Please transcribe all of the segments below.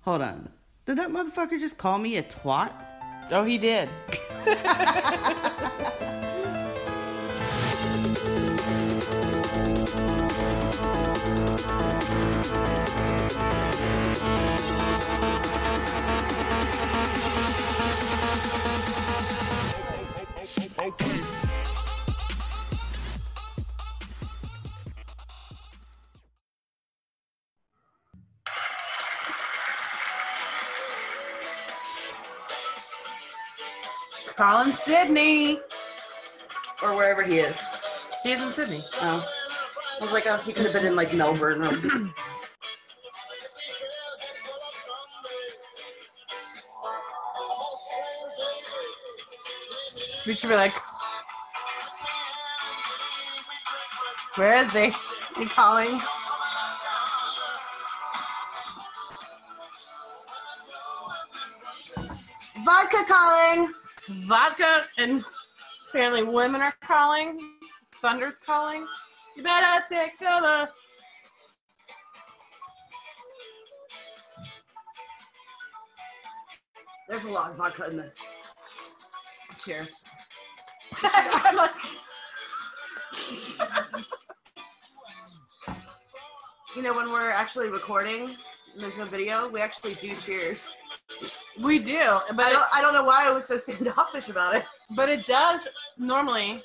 Hold on. Did that motherfucker just call me a twat? Oh, he did. Calling Sydney. Or wherever he is. He's in Sydney. Oh. I was like, oh, he could have been in like Melbourne. or- We should be like, where is he? He calling. Vodka calling. Vodka and apparently women are calling. Thunder's calling. You better take cover. There's a lot of vodka in this. Cheers. I'm like, You know, when we're actually recording, and there's no video. We actually do cheers. we do, I but it, don't, I don't know why I was so standoffish about it. but it does normally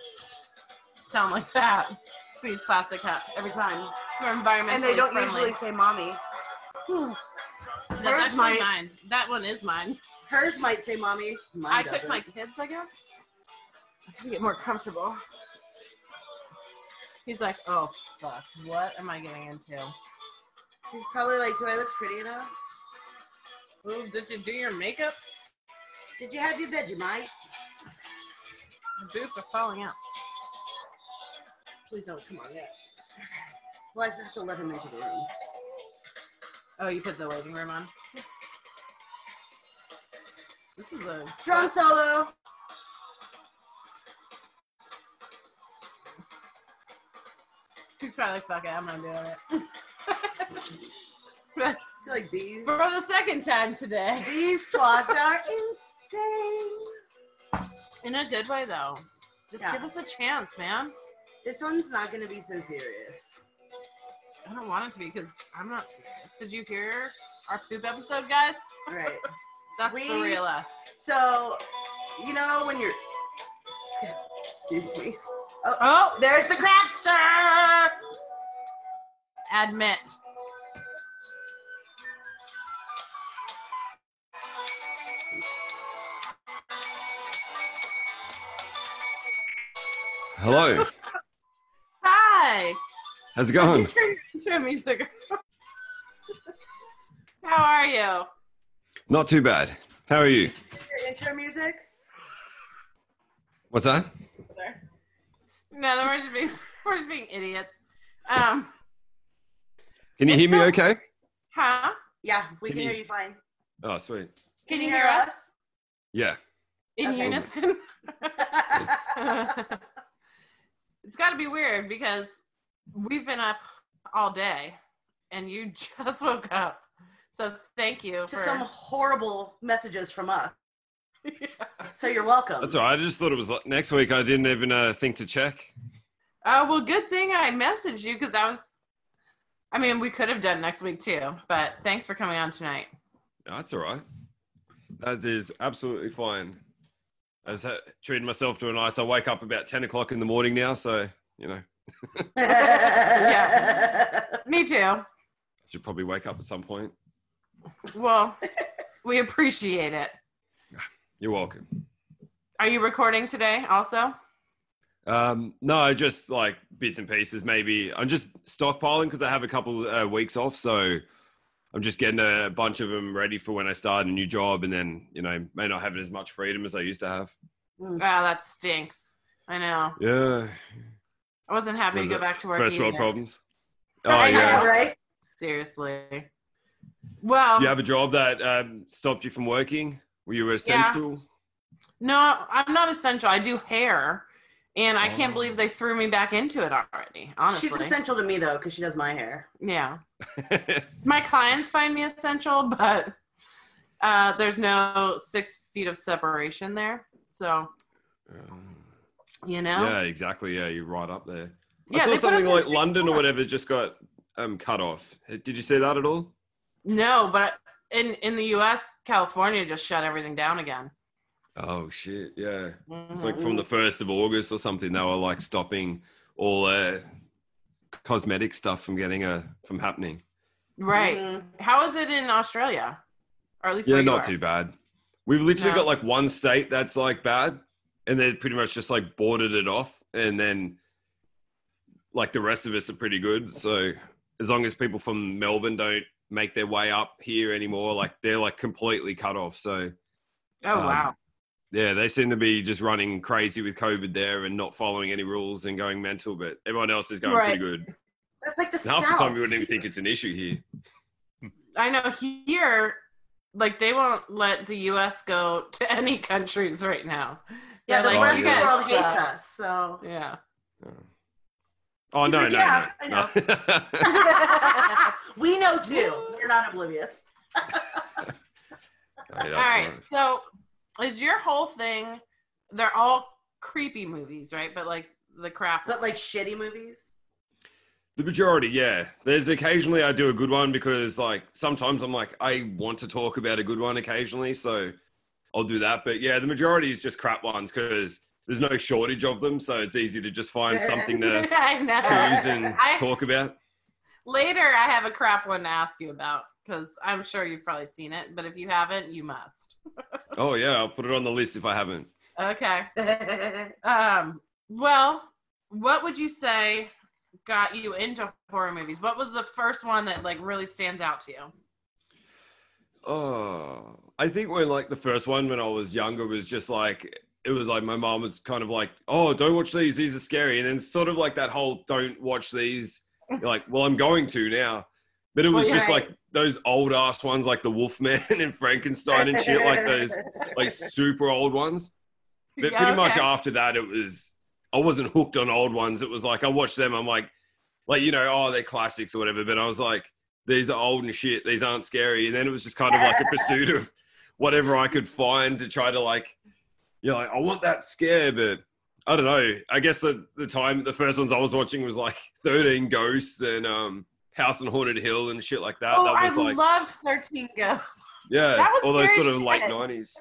sound like that. So we use plastic cups. Every time. It's more environmentally And they don't friendly. usually say mommy. Hmm. That's Where's actually my- mine. That one is mine. Hers might say mommy. Mine I took doesn't. my kids, I guess. I gotta get more comfortable. He's like, oh fuck, what am I getting into? He's probably like, do I look pretty enough? Ooh, did you do your makeup? Did you have your Vegemite? My boobs are falling out. Please don't come on yet. Well, I have to let him into the room. Oh, you put the waiting room on. This is a Drum solo. He's probably like, fuck it, I'm not doing it. She's like these. For the second time today. These twats are insane. In a good way though. Just Yeah. give us a chance, man. This one's not gonna be so serious. I don't want it to be because I'm not serious. Did you hear our poop episode, guys? All right. That's the We- real us. So, you know when you're. Excuse me. Oh, There's the crapster. admit. Hello. Hi. How's it Turn going? your intro music. off. How are you? Not too bad. How are you? Your intro music. What's that? No, we're just being we're just being idiots. Um, Can you It's hear me so- okay? huh? Yeah, we Can can, you- hear you fine. Oh, sweet. Can you hear us Yeah. in Okay. unison? us? it's got to be weird because we've been up all day, and you just woke up. So thank you to for some horrible messages from us. So you're welcome. That's all right. I just thought it was like next week. I didn't even uh, think to check. Oh well, good thing I messaged you because I was. I mean, we could have done next week too, but thanks for coming on tonight. No, that's all right. That is absolutely fine. I just had, treated myself to a nice. I wake up about 10 o'clock in the morning now. So, you know, I Yeah. Me too. should probably wake up at some point. Well, we appreciate it. You're welcome. Are you recording today also? Um, no, just like bits and pieces. Maybe I'm just stockpiling because I have a couple uh, weeks off, so I'm just getting a bunch of them ready for when I start a new job, and then you know may not have as much freedom as I used to have. Oh, that stinks. I know. Yeah, I wasn't happy What to is go it? back to work. first world either. problems. Oh I know, yeah, right? Seriously. Well, you have a job that um, stopped you from working. Were you essential? no, I'm not essential. I do hair, and I can't Oh. believe they threw me back into it already. Honestly, She's essential to me though, because she does my hair. yeah. Yeah, my clients find me essential, but Uh, there's no six feet of separation there, so Um, you know. yeah, exactly. Yeah, you're right up there. Yeah, I they saw put something up like a- London or whatever just got um, cut off. Did you see that at all? No, but in in the U.S., California just shut everything down again. Oh shit! Yeah, it's Mhm. like from the first of August or something. They were like stopping all uh, cosmetic stuff from getting a from happening. right. Mhm. How is it in Australia? Or at least Yeah, where you not are? too bad. We've literally No. got like one state that's like bad, and they pretty much just like boarded it off, and then like the rest of us are pretty good. So as long as people from Melbourne don't make their way up here anymore, like they're like completely cut off. So Oh Um, wow. yeah, they seem to be just running crazy with COVID there and not following any rules and going mental. But everyone else is going Right. pretty good. That's like the And half South. the time you wouldn't even think it's an issue here. I know here, like they won't let the U.S. go to any countries right now. yeah, the They're Oh, like, rest "You of yeah. the world guys- hates us. So Yeah. Oh He's no, like, no, "Yeah, I no, no. we know too. They're not oblivious. All right, all right. So, is your whole thing? They're all creepy movies, right? But like the crap. But like shitty movies. The majority, yeah. There's occasionally I do a good one because like sometimes I'm like I want to talk about a good one occasionally, so I'll do that. But yeah, the majority is just crap ones because there's no shortage of them, so it's easy to just find something to I know. choose and I- talk about. Later, I have a crap one to ask you about because I'm sure you've probably seen it, but if you haven't, you must. Oh yeah, I'll put it on the list if I haven't. Okay. That's Um, well, what would you say got you into horror movies? What was the first one that like really stands out to you? Oh, I think when like the first one when I was younger was just like it was like my mom was kind of like, "Oh, don't watch these; these are scary." And then sort of like that whole "don't watch these," you're like, "Well, I'm going to now," but it Well, was you're just right. like those old ass ones like the Wolfman and Frankenstein and shit, like those like super old ones. But Yeah, pretty much okay. after that, it was I wasn't hooked on old ones. It was like I watched them. I'm like, like you know, oh, they're classics or whatever. But I was like, these are old and shit. These aren't scary. And then it was just kind of like a pursuit of whatever I could find to try to like, you know, like, I want that scare, but. I don't know. I guess the, the time the first ones I was watching was like Thirteen Ghosts and um, House on Haunted Hill and shit like that. oh, that I was like loved Thirteen Ghosts. yeah, That was all those scary sort of late shit. nineties.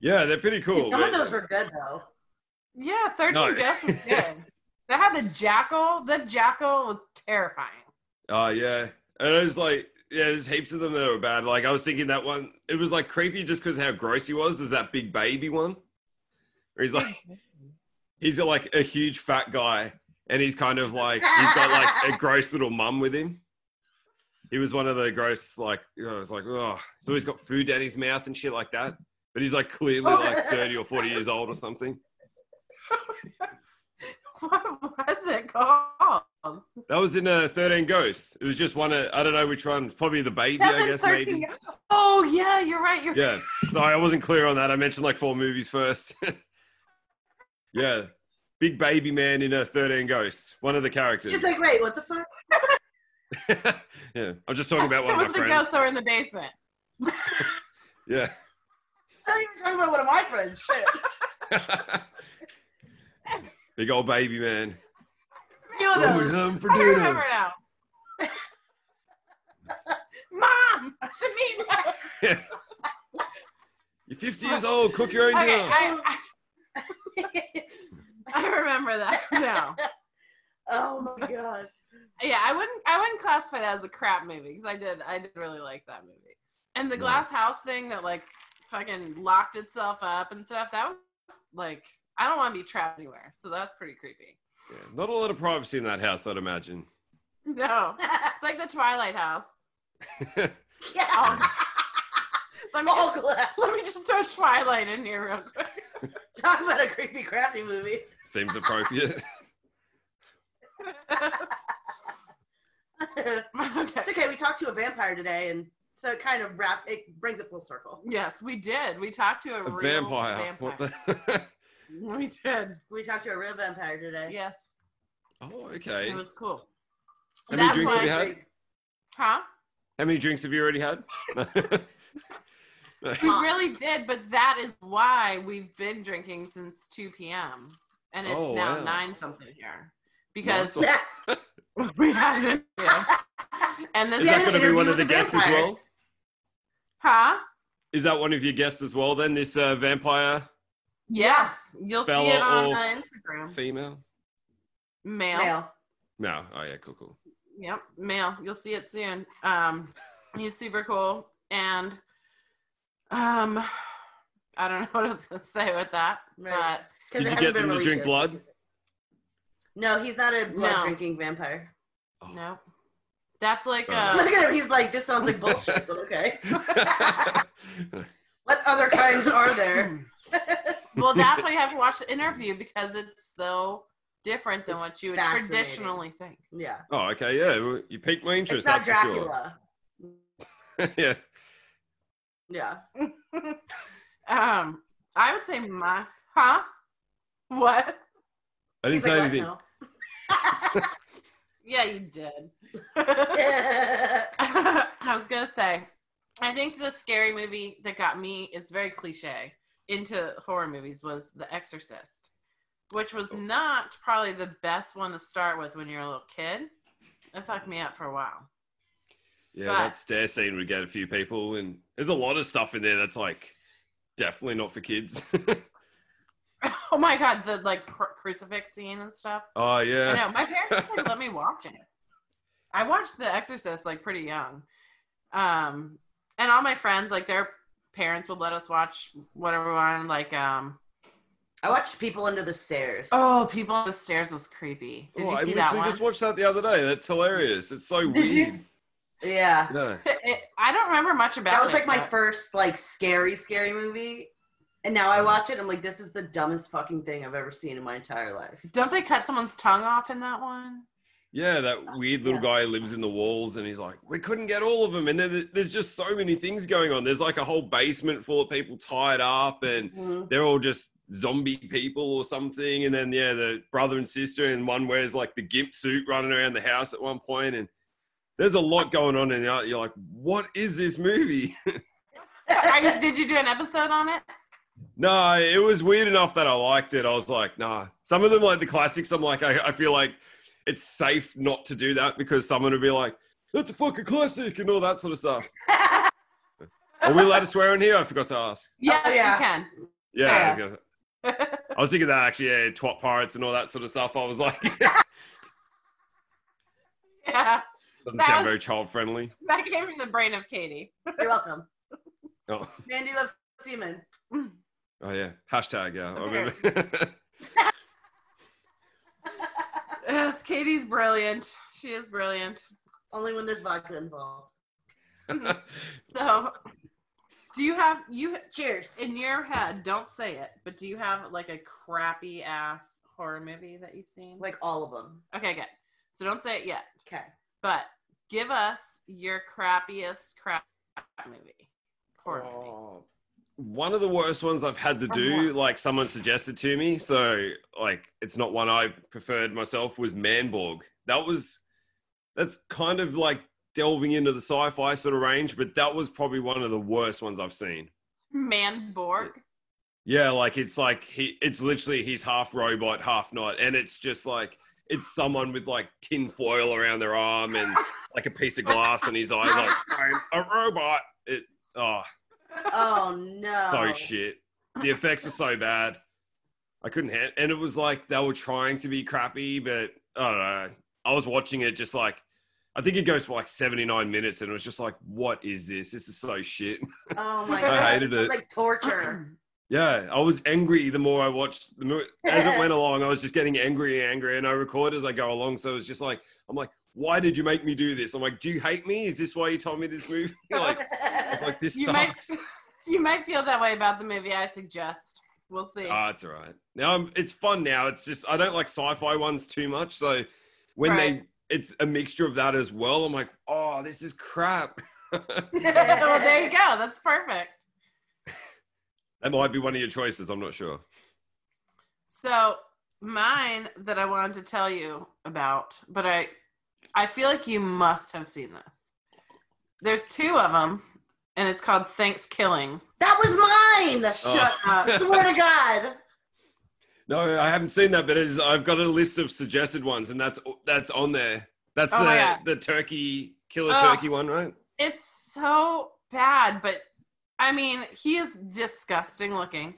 Yeah, they're pretty cool. Some of but- those were good though. Yeah, Thirteen No. Ghosts is good. That had the jackal. The jackal was terrifying. Oh yeah, and it was like, yeah, there's heaps of them that were bad. Like I was thinking that one, it was like creepy just because how gross he was. Is that big baby one? Where he's like, he's like a huge fat guy, and he's kind of like he's got like a gross little mum with him. He was one of the gross like you know, it's like oh, so he's got food down his mouth and shit like that. But he's like clearly like thirty or forty years old or something. What was it called? That was in uh, Thirteen Ghosts. It was just one. Of, I don't know which one. Probably the baby, That's I in guess maybe. Thirteen. Ghosts. Oh yeah, you're right. You're Yeah. Sorry, I wasn't clear on that. I mentioned like four movies first. yeah. Big baby man in a 13 Ghosts. One of the characters. She's like, wait, what the fuck? yeah. I'm just talking about one That of was my the friends. ghosts that were in the basement. Yeah. I thought you were talking about one of my friends. Shit. Big old baby man. Few of What Oh, we those. having for I dinner? remember now. Mom, to me. You're 50 years old. Cook your own Okay, dinner. I, I, I remember that now. oh my god. Yeah, I wouldn't. I wouldn't classify that as a crap movie because I did. I did really like that movie. And the No. glass house thing that like fucking locked itself up and stuff. That was like I don't want to be trapped anywhere. So that's pretty creepy. Yeah, Not a lot of privacy in that house, I'd imagine. No, it's like the Twilight House. yeah. Oh. Let me All glass. let me just throw Twilight in here real quick. Talk about a creepy, crappy movie. Seems appropriate. it's okay. okay. We talked to a vampire today, and so it kind of wrap. It brings it full circle. Yes, we did. We talked to a, a real vampire. What vampire. the- We did. We talked to a real vampire today. Yes, oh, okay. it was cool. How many That's drinks why, have you had? Huh? How many drinks have you already had? We really did, but that is why we've been drinking since 2 p.m. And it's Oh, now wow. 9 something here because Nice. we had an interview. And this Is Yeah, the that going to be interview one of with the the guests as vampire. well? Huh? Is that one of your guests as well? Then this uh, vampire Yes. You'll see it Bella on or- uh, Instagram. female? Male. Male. No. Oh yeah, cool, cool. Yep. Male. You'll see it soon. Um, he's super cool. And um, I don't know what I was going to say with that. Right. But 'Cause Did it you hasn't get been them to released drink yet. blood? No, he's not a blood No. drinking vampire. Oh. no. That's like Fair uh enough. Look at him. He's like, this sounds like bullshit, but okay. What other kinds are there? well, that's why you have to watch the interview because it's so different than what you would fascinating. traditionally think. Yeah. oh, okay, yeah. well, You piqued my It's interest. not That's for sure. Dracula. yeah. Yeah. Um, I would say my huh? What? I didn't He's say like, anything. "What Yeah, you did. now?" I was gonna say, I think the scary movie that got me is very cliche into horror movies was The Exorcist, which was not probably the best one to start with when you're a little kid. It fucked me up for a while. Yeah, But- that stair scene would get a few people, and there's a lot of stuff in there that's like definitely not for kids. Oh my god, the like cru- crucifix scene and stuff. oh I yeah, know my parents like, let me watch it. I watched The Exorcist like pretty young, um, and all my friends like their parents would let us watch whatever one like um I watched People Under the Stairs. oh people on the stairs was creepy. Did Oh, you I see literally that one? just watched that the other day. That's hilarious. It's so Did weird. you? Yeah. No. It- I don't remember much about. That was it, like my but- first like scary, scary movie. And now I watch it, I'm like, this is the dumbest fucking thing I've ever seen in my entire life. Don't they cut someone's tongue off in that one? Yeah, that weird little guy lives in the walls, and he's like, we couldn't get all of them, and then there's just so many things going on. There's like a whole basement full of people tied up, and Mm-hmm. Mhm. they're all just zombie people or something. And then yeah, the brother and sister, and one wears like the gimp suit running around the house at one point, and there's a lot going on, and you're you're like, what is this movie? Are you, did you do an episode on it? no, it was weird enough that I liked it. I was like, nah. Some of them like the classics. I'm like, I, I feel like it's safe not to do that because someone would be like, that's a fucking classic and all that sort of stuff. Are we allowed to swear in here? I forgot to ask. Yes, yeah. you can. Yeah. I was Yeah. gonna- I was thinking that actually, yeah, twat pirates and all that sort of stuff. I was like, yeah, Doesn't That sound was- very child friendly. that came from the brain of Katie. You're welcome. Oh, Mandy loves semen. oh yeah. Hashtag, yeah. I Okay. remember. Yes, Katie's brilliant. She is brilliant. Only when there's vodka involved. So, do you have you Cheers. in your head? Don't say it, but do you have like a crappy ass horror movie that you've seen? Like all of them. okay, good. So don't say it yet, Okay. but give us your crappiest crap movie. Horror movie. Oh. One of the worst ones I've had to do, like someone suggested to me, so like it's not one I preferred myself, was Manborg. That was that's kind of like delving into the sci-fi sort of range, but that was probably one of the worst ones I've seen. Manborg. Yeah, like it's like he it's literally he's half robot, half not, and it's just like it's someone with like tin foil around their arm and like a piece of glass in his eye, like I'm a robot. It oh Oh no. so shit. The effects were so bad. I couldn't handle and it was like they were trying to be crappy, but I don't know. I was watching it just like I think it goes for like 79 minutes and it was just like, what is this? This is so shit. Oh my I god. hated It's it. Like torture. Yeah, I was angry the more I watched the movie. As it went along, I was just getting angry and angry, and I record as I go along. So it's just like, I'm like, why did you make me do this? I'm like, do you hate me? Is this why you told me this movie? like, I was like, this You might sucks. you might feel that way about the movie I suggest. We'll see. Ah, it's all right. Now I'm, it's fun. Now it's just I don't like sci-fi ones too much. So when Right. they, it's a mixture of that as well. I'm like, oh, this is crap. well, Oh, there you go. That's perfect. That might be one of your choices. I'm not sure. So mine that I wanted to tell you about, but I I feel like you must have seen this. There's two of them, and it's called Thanksgiving. Uh, That was mine. Shut Oh. up. Swear to God. No, I haven't seen that, but it is, I've got a list of suggested ones, and that's that's on there. That's Oh my God. the, the turkey killer Oh. turkey one, right? It's so bad, but I mean, he is disgusting looking.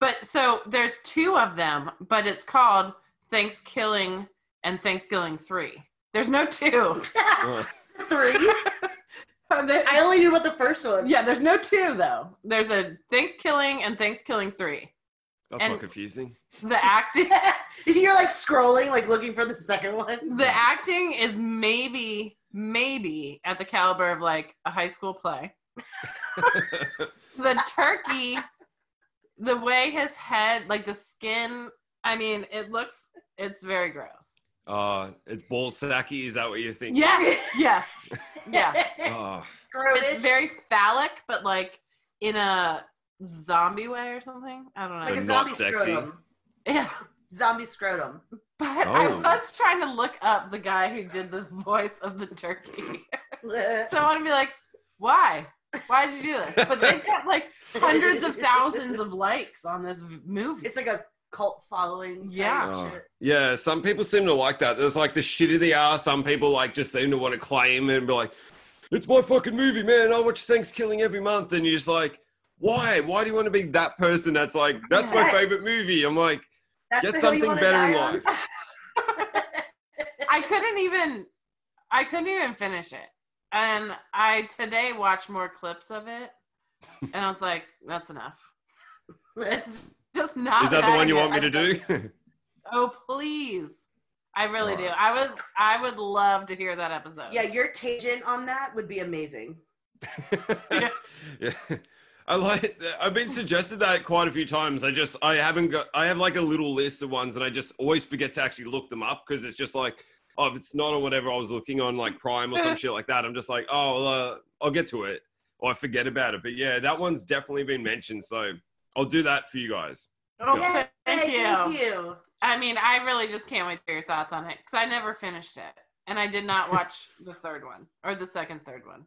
But so there's two of them, but it's called Thanksgiving and Thanksgiving 3. There's no two. Oh. Three. I only knew about the first one. yeah, there's no two though. There's a Thanksgiving and Thanksgiving 3. That's And- not confusing. The acting You're like scrolling, like looking for the second one. the acting is maybe maybe at the caliber of like a high school play. the turkey, the way his head, like the skin, I mean, it looks, it's very gross. uh, it's ball sacky. Is that what you're thinking? Yes, yes, yeah. Oh, It's very phallic, but like in a zombie way or something. I don't know. like a But not zombie sexy. scrotum. yeah. Zombie scrotum. But I Oh. was trying to look up the guy who did the voice of the turkey. so I want to be like, why? Why did you do this? But they've got like hundreds of thousands of likes on this movie. It's like a cult following. Yeah. type Oh. shit. yeah. Some people seem to like that. There's like the shit of the hour. Some people like just seem to want to claim and be like, "It's my fucking movie, man. I watch Thanksgiving every month." And you're just like, "Why? Why do you want to be that person that's like, that's my Yeah. favorite movie?" I'm like, That's the get hill you something wanna better in die on? life. I couldn't even I couldn't even finish it. And I today watched more clips of it and I was like, that's enough. It's just not Is that the one you want me to good. do? Oh please. I really do. Alright. I would I would love to hear that episode. Yeah, your tangent on that would be amazing. Yeah. yeah. I like. I've been suggested that quite a few times. I just I haven't got. I have like a little list of ones, and I just always forget to actually look them up because it's just like, oh, if it's not on whatever I was looking on, like Prime or some shit like that, I'm just like, oh, well, uh, I'll get to it, or I forget about it. But yeah, that one's definitely been mentioned, so I'll do that for you guys. Oh, Yay, thank you. Thank you. I mean, I really just can't wait to hear your thoughts on it because I never finished it. And I did not watch the third one or the second third one.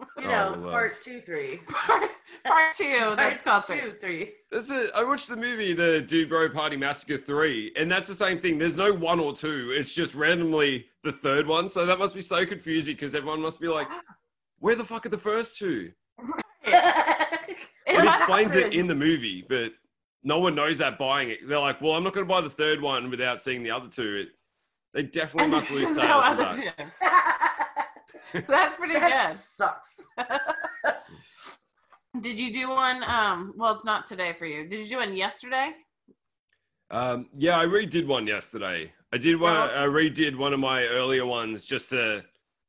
You Oh, know, well. part two, three. Part, part two, that's called Part three. two, three. This is. I watched the movie, the Dude Bro Party Massacre Three, and that's the same thing. There's no one or two. It's just randomly the third one. So that must be so confusing because everyone must be like, where the fuck are the first two? It must- explains it in the movie, but no one knows that buying it. They're like, well, I'm not going to buy the thirird one without seeing the other two. It, they definitely And must lose there's sales. no for other that. two. That's pretty that sucks. good. Did you do one? Um, well, it's not today for you. Did you do one yesterday? Um, yeah, I redid one yesterday. I did one. Oh. I redid one of my earlier ones just to.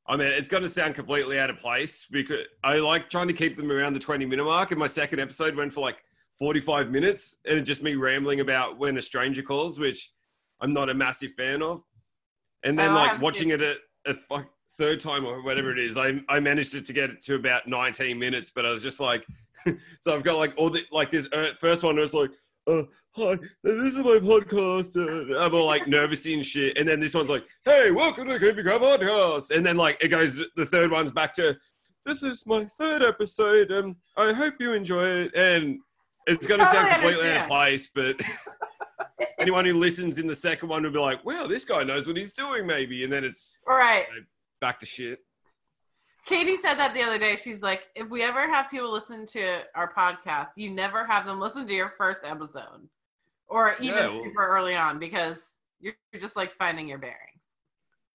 I mean, it's going to sound completely out of place because I like trying to keep them around the twenty minute mark, and my second episode went for like forty five minutes, and it's just me rambling about when a stranger calls, which I'm not a massive fan of. And then Oh, I like haven't watching it a, a fuck third time or whatever it is, I I managed it to get it to about nineteen minutes, but I was just like, so I've got like all the like this uh, first one was like, uh, hi, this is my podcast. uh, I'm all like nervous and shit. And then this one's like, hey, welcome to the Creepy Crab Podcast. And then like it goes, the third one's back to, this is my third episode. Um, I hope you enjoy it. And it's going to sound Totally completely out of understand. place, but anyone who listens in the second one would be like, wow, this guy knows what he's doing, maybe. And then it's All right. back to shit. Katie said that the other day. She's like, if we ever have people listen to our podcast, you never have them listen to your first episode or even Yeah, well- super early on because you're you're just like finding your bearings.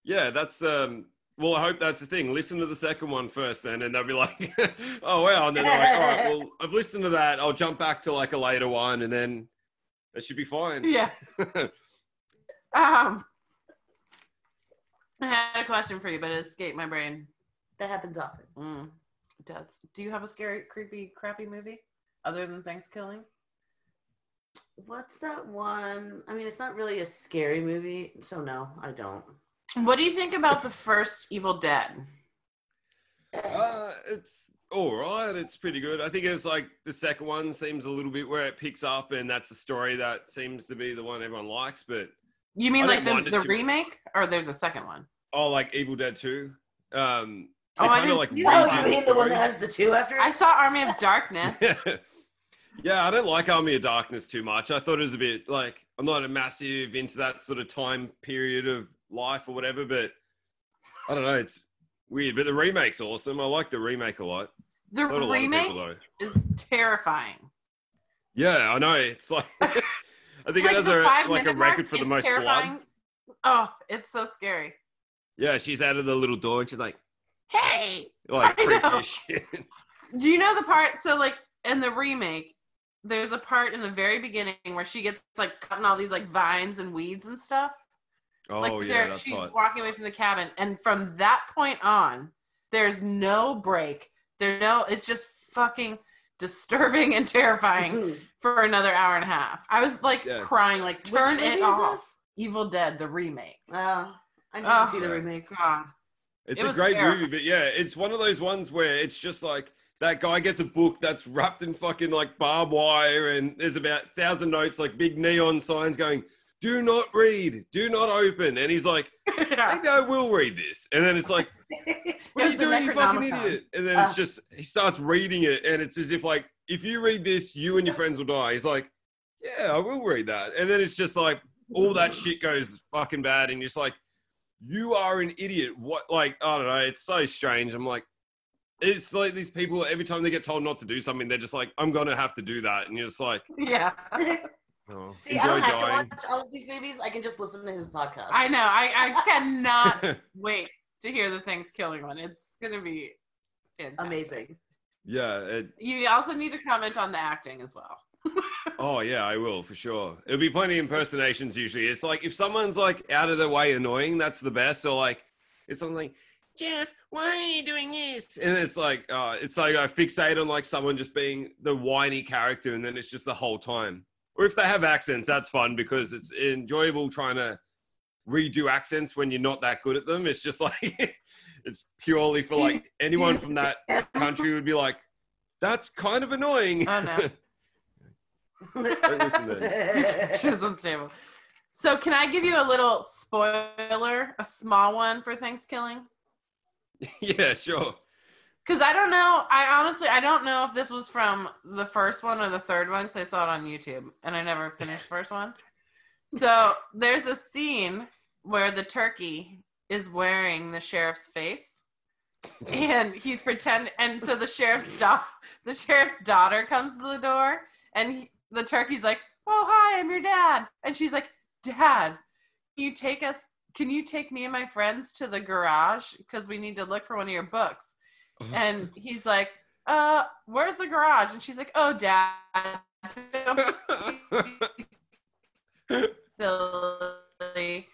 Yeah, that's um. Well, I hope that's the thing. Listen to the second one first, then, and they'll be like, "Oh wow!" And then they're like, "All right, well, I've listened to that. I'll jump back to like a later one, and then that should be fine." Yeah. um, I had a question for you, but it escaped my brain. That happens often. Mm, it does. Do you have a scary, creepy, crappy movie other than Thanksgiving? What's that one? I mean, it's not really a scary movie, so no, I don't. What do you think about the first Evil Dead? Uh, it's all right. It's pretty good. I think it's like the second one seems a little bit where it picks up, and that's a story that seems to be the one everyone likes. But You mean I like didn't the, mind it the too- remake, or there's a second one? oh, like Evil Dead Two. Um, Oh, I kinda, didn't like, see redo Oh, that you mean the one story. that has the two after? I it? saw Army of Darkness. yeah, I don't like Army of Darkness too much. I thought it was a bit like I'm not a massive into that sort of time period of life or whatever, but I don't know. It's weird, but the remake's awesome. I like the remake a lot. The So do a lot of people, remake though. is terrifying. Yeah, I know. It's like I think it Like, has the a five like a minute mark record for the is most blood. terrifying. Oh, it's so scary. Yeah, she's out of the little door and she's like Hey, like I know. creepy as shit. do you know the part? So, like, in the remake, there's a part in the very beginning where she gets like cutting all these like vines and weeds and stuff. Oh like, yeah, there- that's she's hot. walking away from the cabin, and from that point on, there's no break. There no, it's just fucking disturbing and terrifying Mhm. for another hour and a half. I was like Yeah. crying, like Which turn movie it is off. this? Evil Dead, the remake. Oh, I need Oh. to see the Yeah. remake. God. It's It a was great terrifying. movie, but yeah, it's one of those ones where it's just like that guy gets a book that's wrapped in fucking like barbed wire, and there's about thousand notes, like big neon signs going, "Do not read, do not open," and he's like, Yeah. "Maybe I will read this," and then it's like, "What are you It's the doing, you fucking Necronomicon. idiot?" And then Ah. it's just he starts reading it, and it's as if like, if you read this, you and your friends will die. He's like, "Yeah, I will read that," and then it's just like all that shit goes fucking bad, and you're just like, you are an idiot. What, like, I don't know. It's so strange. I'm like, it's like these people, every time they get told not to do something, they're just like, I'm going to have to do that. And you're just like, yeah. oh, see, I enjoy don't have dying. to watch all of these movies. I can just listen to his podcast. I know. I, I cannot wait to hear the Thanksgiving one. It's going to be fantastic. Amazing. yeah. It, You also need to comment on the acting as well. oh, yeah, I will for sure. It'll be plenty of impersonations usually. It's like, if someone's like out of their way annoying, that's the best. Or like, it's something like, Jeff, why are you doing this? And it's like, uh, it's like I fixate on like someone just being the whiny character, and then it's just the whole time. Or if they have accents, that's fun because it's enjoyable trying to redo accents when you're not that good at them. It's just like, it's purely for like anyone from that country would be like, that's kind of annoying. Oh, no. Don't listen to him. She's unstable. So, can I give you a little spoiler, a small one for Thanksgiving? yeah, sure. Because I don't know. I honestly, I don't know if this was from the first one or the third one. Because I saw it on YouTube and I never finished the first one. So there's a scene where the turkey is wearing the sheriff's face, and he's pretend. And so the sheriff's da- the sheriff's daughter comes to the door, and he, the turkey's like, "Oh hi, I'm your dad," and she's like, "Dad, can you take us? Can you take me and my friends to the garage because we need to look for one of your books?" and he's like, "Uh, where's the garage?" And she's like, "Oh, dad, don't be silly."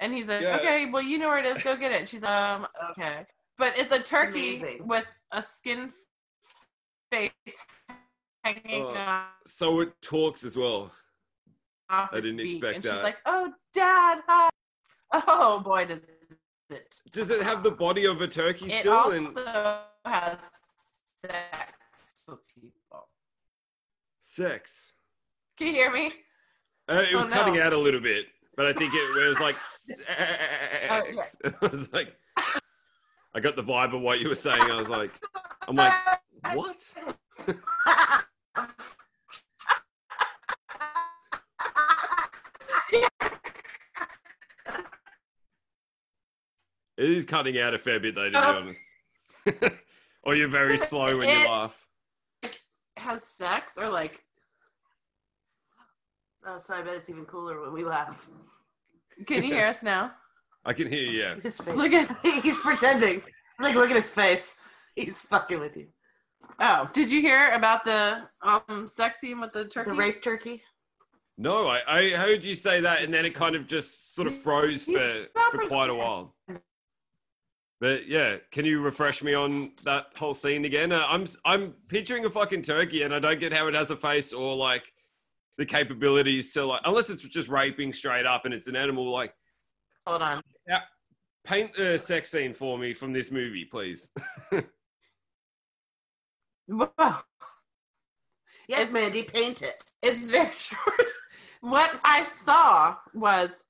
And he's like, Yeah. "Okay, well, you know where it is. Go get it." And she's like, um, okay, but it's a turkey amazing. with a skin face hanging Oh, off. so it talks as well. I didn't expect and that. She's like, "Oh, dad, hi." Oh boy, does it! Does it have the body of a turkey it still? also and has sex with people. sex. Can you hear me? Uh, it Oh, was cutting no. out a little bit, but I think it, it was like. Oh, yeah. sex. I was like, I got the vibe of what you were saying. I was like, I'm like, what? It is cutting out a fair bit, though, to be Oh. honest. or you're very slow when you It- laugh. Has sex or like oh, so I bet it's even cooler when we laugh. can you hear us now? I can hear you. Yeah. His face. Look at He's pretending. Like, look at his face. He's fucking with you. oh, did you hear about the um sex scene with the turkey? The rape turkey. No, I, I heard you say that, and then it kind of just sort of froze He's for, not for quite a while. But yeah, can you refresh me on that whole scene again? Uh, I'm s- I'm picturing a fucking turkey, and I don't get how it has a face or like the capabilities to like, unless it's just raping straight up and it's an animal. Like, Hold on. paint the sex scene for me from this movie, please. Whoa. Yes, Mandy, paint it. It's very short. What I saw was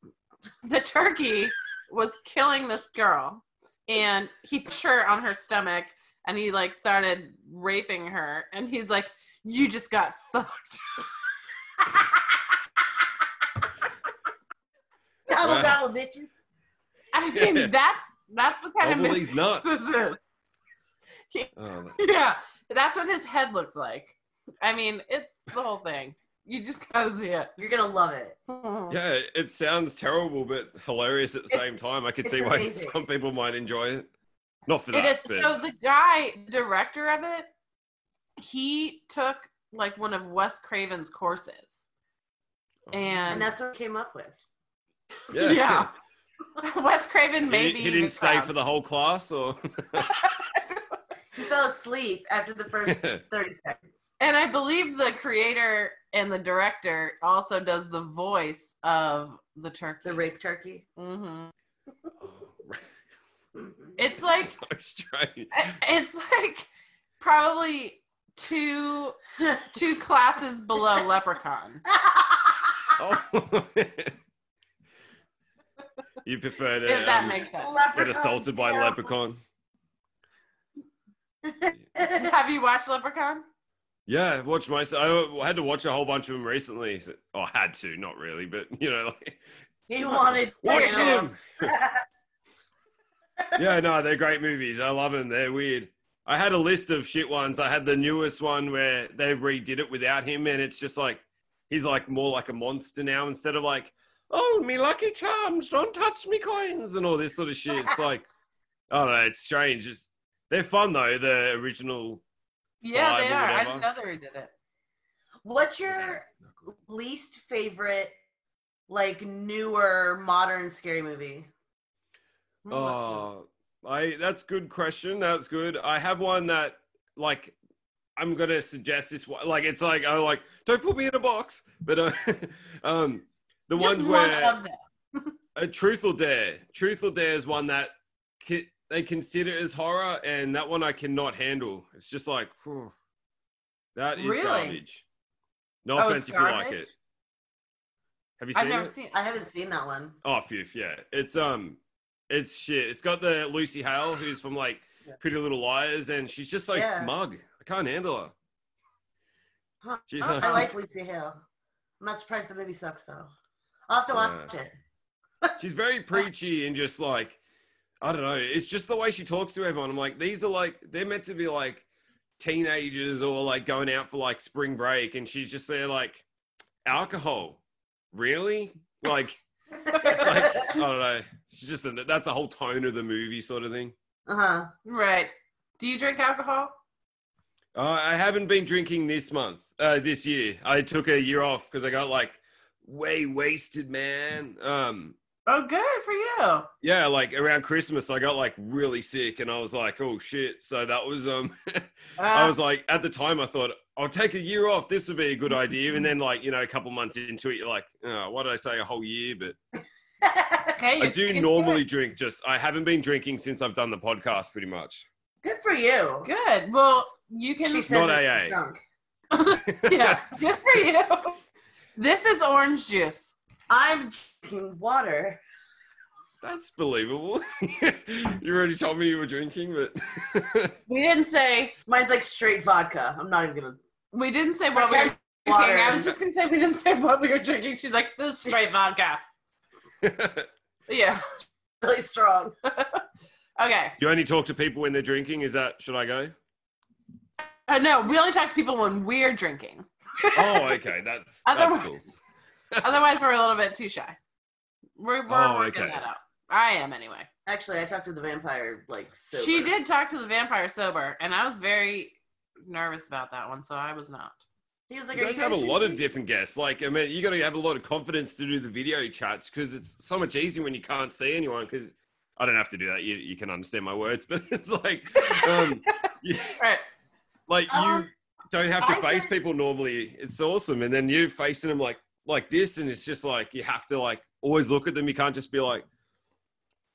the turkey was killing this girl and he pushed her on her stomach and he like started raping her and he's like you just got fucked Double, Wow. double, bitches. i mean that's that's the kind Double of these this nuts. is Oh, yeah that's what his head looks like i mean it's the whole thing you just gotta see it You're gonna love it. yeah, it sounds terrible but hilarious at the same time. I could it's see why amazing. some people might enjoy it. Not for It that. is but- so the guy director of it he took like one of wes craven's courses And and that's what I came up with. yeah. wes craven He- maybe he, didn't stay for the whole class, or He fell asleep after the first Oh, 30 seconds. and i believe the creator and the director also does the voice of the turkey The rape turkey. hmm it's like so strange. it's like probably two two classes below leprechaun Oh. you prefer to if that um, makes sense get assaulted by the leprechaun? leprechaun. have you watched leprechaun Yeah, watch my. I had to watch a whole bunch of them recently. So, or had to, not really, but you know, like he wanted watch to. them. yeah, no, they're great movies. I love them. They're weird. I had a list of shit ones. I had the newest one where they redid it without him, and it's just like he's like more like a monster now instead of like, oh, me lucky charms, don't touch me coins, and all this sort of shit. It's like, I don't know. It's strange. It's, they're fun though. The original. yeah Five they or are i whatever. didn't know they did it What's your least favorite, like newer modern scary movie? Hmm, that's good. Oh, I that's good question. That's good. I have one that like I'm gonna suggest this one. Like it's like oh like don't put me in a box, but uh, um the just one one where of them a truth or dare. Truth or dare is one that ki- they consider as horror, and that one I cannot handle. It's just like phew, that is Really? garbage. No Oh, offense it's if you like garbage? it. Have you seen i've it? never seen I haven't seen that one. Oh, Fifth, yeah. It's um, it's shit. It's got the Lucy Hale, who's from like Yeah. Pretty Little Liars, and she's just so Yeah. smug. I can't handle her. Huh. She's I, not- I like Lucy Hale. I'm not surprised the movie sucks though. I'll have to watch it. She's very preachy and just like, I don't know. It's just the way she talks to everyone. I'm like, these are like they're meant to be like teenagers or like going out for like spring break, and she's just there like alcohol. Really? Like, like I don't know. She's just a, that's the whole tone of the movie, sort of thing. uh huh. right do you drink alcohol Uh, I haven't been drinking this month, uh, this year. I took a year off because I got like way wasted, man. Um, oh good for you yeah, like around Christmas, I got like really sick, and I was like, "Oh shit!" So that was um, I Uh, was like, at the time, I thought I'll take a year off. This would be a good idea. And then, like you know, a couple months into it, you're like, oh, "What did I say? A whole year?" But Uh-huh. okay, I you're do sticking to normally drink. Just I haven't been drinking since I've done the podcast, pretty much. Good for you. it. good well you can She says Not it's AA. drunk. yeah good for you this is orange juice I'm drinking water. That's believable. you already told me you were drinking, but. we didn't say Mine's like straight vodka. I'm not even gonna. we didn't say what we were Pretend drinking water i was is- just gonna say we didn't say what we were drinking she's like this is straight vodka yeah Really strong. okay You only talk to people when they're drinking. Is that should I go? uh, no we only talk to people when we're drinking Oh, okay, that's that's cool. Otherwise, otherwise we're a little bit too shy. We're, we're Oh, working okay. that out. I am anyway. Actually, I talked to the vampire like. Sober. She did talk to the vampire sober, and I was very nervous about that one, so I was not. He was like, You "Are guys you have a gonna lot do of this?" different guests. Like, I mean, you got to have a lot of confidence to do the video chats because it's so much easier when you can't see anyone. Because I don't have to do that. You, you can understand my words, but it's like, um, you, All right. like you Um, don't have to I face people normally. It's awesome, and then you facing them like like this, and it's just like you have to like always look at them. You can't just be like,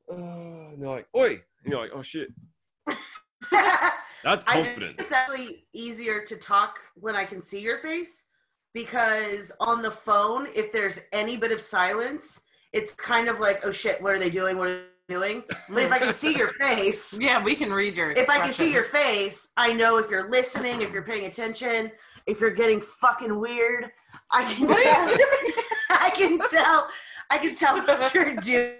uh, and they're like, oi, and you're like, oh shit. That's I think confidence. It's actually easier to talk when I can see your face because on the phone, if there's any bit of silence, it's kind of like, oh shit, what are they doing? What are doing. But if I can see your face, Yeah, we can read your. if I can see your expression. face, I know if you're listening, if you're paying attention, if you're getting fucking weird. I can What are tell. you doing? I can tell. I can tell what you're doing.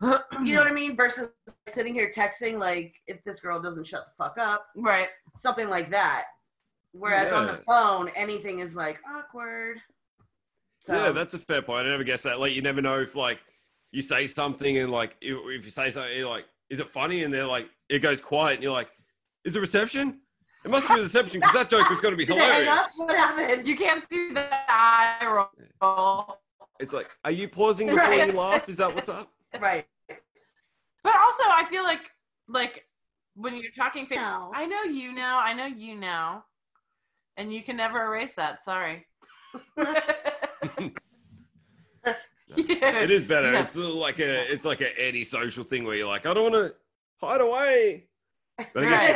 You know what I mean? Versus sitting here texting like, if this girl doesn't shut the fuck up, right. something like that. Whereas on the Yeah. phone, anything is like awkward. So, Yeah, that's a fair point. I never guess that. Like, you never know if like you say something and like if if you say something, you're like, is it funny? And they're like, it goes quiet, and you're like, is it reception? It must be reception because that joke was going to be Did they hang up? hilarious. What happened? You can't see the eye roll. It's like, are you pausing before Right. you laugh? Is that what's up? right. But also, I feel like like when you're talking face, No. I know you now. I know you now, and you can never erase that. Sorry. It is better. Yeah. It's like a it's like an antisocial thing where you're like, I don't want to hide away. But I guess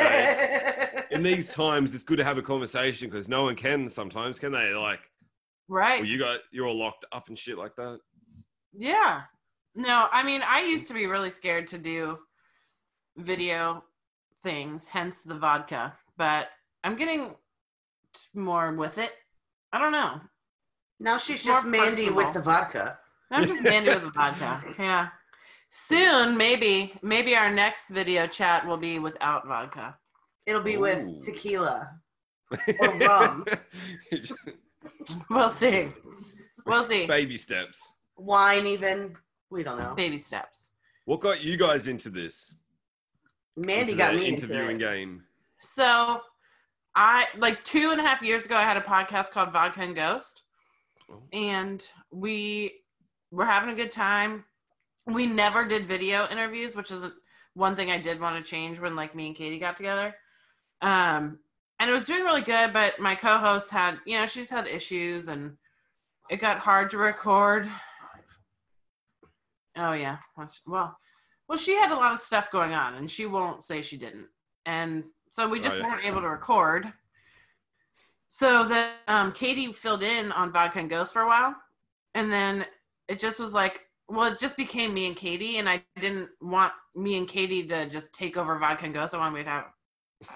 Right. like, in these times, it's good to have a conversation because no one can sometimes, can they? Like, right. well, you got you're all locked up and shit like that. Yeah. No, I mean, I used to be really scared to do video things, hence the vodka, but I'm getting more with it. I don't know. now she's More just Mandy with personal. the vodka. I'm just dandy with the vodka. Yeah. Soon, maybe, maybe our next video chat will be without vodka. It'll be Ooh. with tequila or rum, We'll see. We'll see. Baby steps. wine, even. We don't know. Baby steps. What got you guys into this? Mandy Into got the me into interviewing it. game. So, I like two and a half years ago, I had a podcast called Vodka and Ghost. and we were having a good time. We never did video interviews, which is one thing I did want to change when like me and Katie got together. Um, and it was doing really good, but my co-host had, you know, she's had issues, and it got hard to record. Oh yeah, well, well, she had a lot of stuff going on, and she won't say she didn't, and so we just Oh, yeah. weren't able to record. So then um, Katie filled in on Vodka and Ghost for a while, and then it just was like, well, it just became me and Katie, and I didn't want me and Katie to just take over Vodka and Ghost. I wanted me to have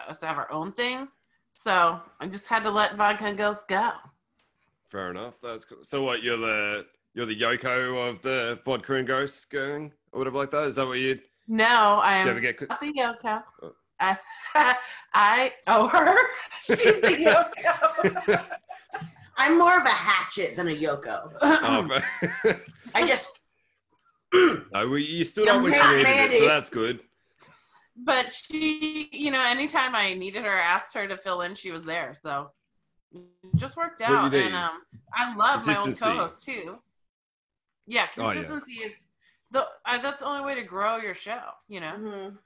us to have our own thing, so I just had to let Vodka and Ghost go. Fair enough. That's cool. So what? You're the you're the Yoko of the vodka and ghost gang or whatever like that. Is that what you? Do No, I Um, you am ever get? co- not the Yoko. Oh. I, I owe her. She's the Yoko. I'm more of a hatchet than a Yoko. Oh, fair- I just no, we, you stood Yum, up when yum, you needed it, Mandy. so that's good. but she you know anytime i needed her asked her to fill in she was there so it just worked What do you out need? and um i love my own Consistency. co-host too yeah Oh, yeah. consistency is the I, that's the only way to grow your show you know mhm.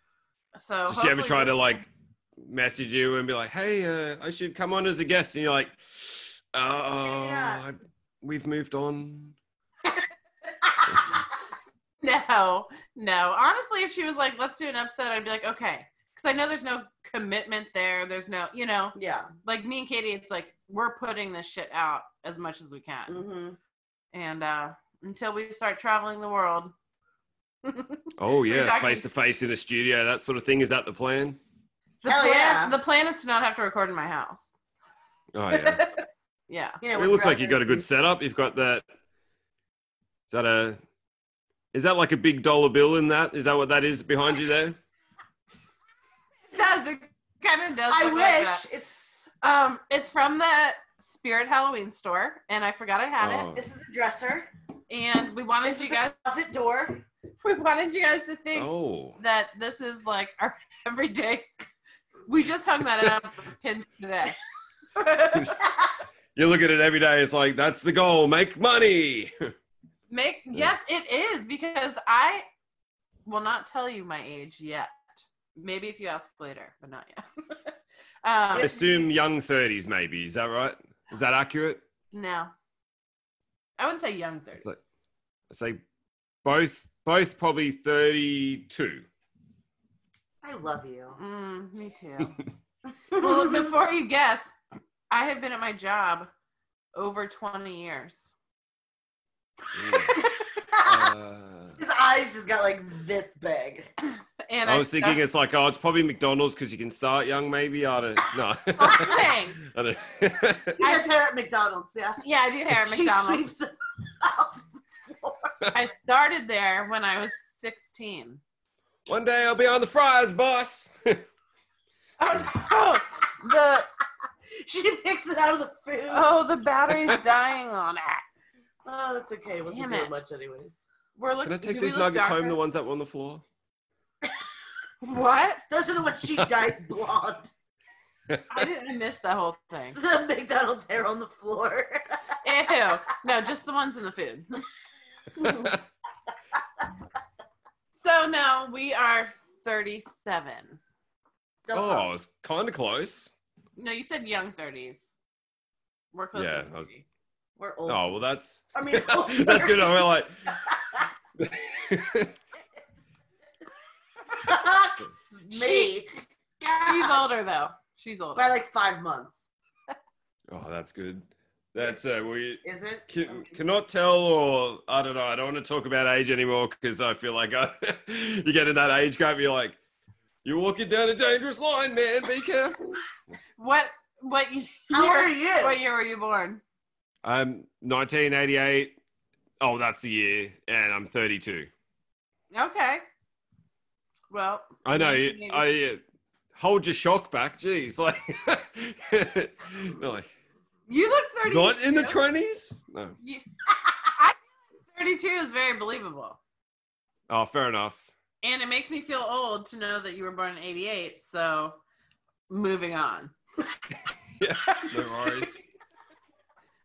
so Mm-hmm. Does she ever hopefully- try to like message you and be like, "Hey, uh, I should come on as a guest," and you're like, "Oh, Yeah. I- we've moved on." no no honestly if she was like let's do an episode i'd be like okay because i know there's no commitment there there's no you know yeah. like me and katie it's like we're putting this shit out as much as we can hmm and uh until we start traveling the world Oh yeah, Exactly. face to face in a studio, that sort of thing. Is that the plan? the Hell plan yeah. the plan is to not have to record in my house Oh yeah. yeah You I know, mean, it looks like you got a good setup. You've got that. Is that a? Is that like a big dollar bill in that? Is that what that is behind you there? it does it kind of does I look like wish it's. that. um it's from the spirit halloween store and i forgot i had Oh. This is a dresser. it and we wanted This you is guys a closet door. we wanted you guys to think Oh. that this is like our everyday we just hung that up pin today You look at it every day. It's like that's the goal. Make money. Make Yeah. yes, it is because I will not tell you my age yet. Maybe if you ask later, but not yet. um, Assume young thirties, maybe. Is that right? Is that accurate? No, I wouldn't say young thirties. Like- I say both. Both probably thirty-two. I love you. Mm, me too. well, before you guess, I have been at my job over twenty years. Mm. Uh, His eyes just got like this big. And I was stuck- thinking it's like, oh, it's probably McDonald's because you can start young, maybe. I don't know. Thanks. I don't, He does hair at McDonald's, yeah. Yeah, I do hair at She McDonald's. sweeps it off the floor. I started there when I was 16. One day I'll be on the fries, boss. Oh, no. the She picks it out of the food. Oh, oh, the battery's dying on it. that's okay. It wasn't Damn doing it. much anyways. We're Can looking. I take do we these look nuggets home? darker? The ones that were on the floor. What? Those are the ones she dyes blonde. I didn't I missed the whole thing. The McDonald's hair on the floor. Ew. No, just the ones in the food. so now we are 37. Oh, it's kind of close. No, you said young 30s. We're close Yeah, to I was- 30. We're Oh old. well, that's I mean, Oh, that's good. I'm like, Me. She's older though. She's older. By like five months, oh, that's good. That's uh, we is it? can, cannot tell, or I don't know. I don't want to talk about age anymore because I feel like I, you get in that age gap, you're like, you're walking down a dangerous line, man. Be careful. what what year, How old are you? what year were you born? I'm 1988. Oh, that's the year, and I'm 32. Okay. Well, I know. Maybe. I uh, hold your shock back. Jeez, like, You're like you look 32. not in the 20s. No. You- I feel like 32 is very believable. Oh, fair enough. And it makes me feel old to know that you were born in 88. So moving on. Yeah, no worries.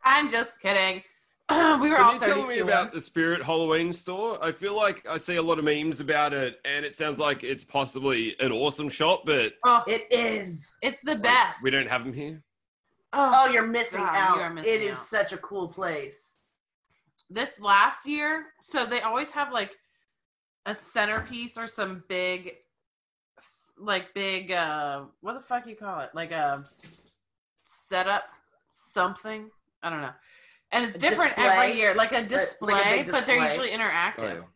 I'm just kidding. we were all Can you 32. tell me about the Spirit Halloween store? I feel like I see a lot of memes about it, and it sounds like it's possibly an awesome shop, but oh, It is. it's the like, best. we don't have them here. Oh, Oh, you're missing God, out. you are missing it is out. such a cool place. this last year, so they always have like a centerpiece or some big, like big, uh, what the fuck you call it? Like a setup, something. I don't know. And it's A different display? every year, like a big display, but they're display. usually interactive. Oh,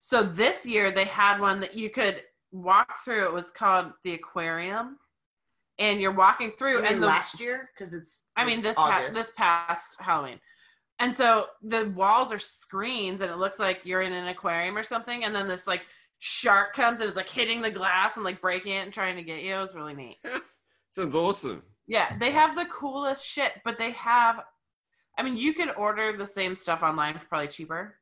So this year they had one that you could walk through. It was called the aquarium, and you're walking through. You mean and the, last year, because it's. I mean this August. past, this past Halloween, and so the walls are screens, and it looks like you're in an aquarium or something. And then this like shark comes and it's like hitting the glass and like breaking it and trying to get you. It was really neat. Sounds awesome. Yeah, they have the coolest shit, but they have I mean, you can order the same stuff online for probably cheaper,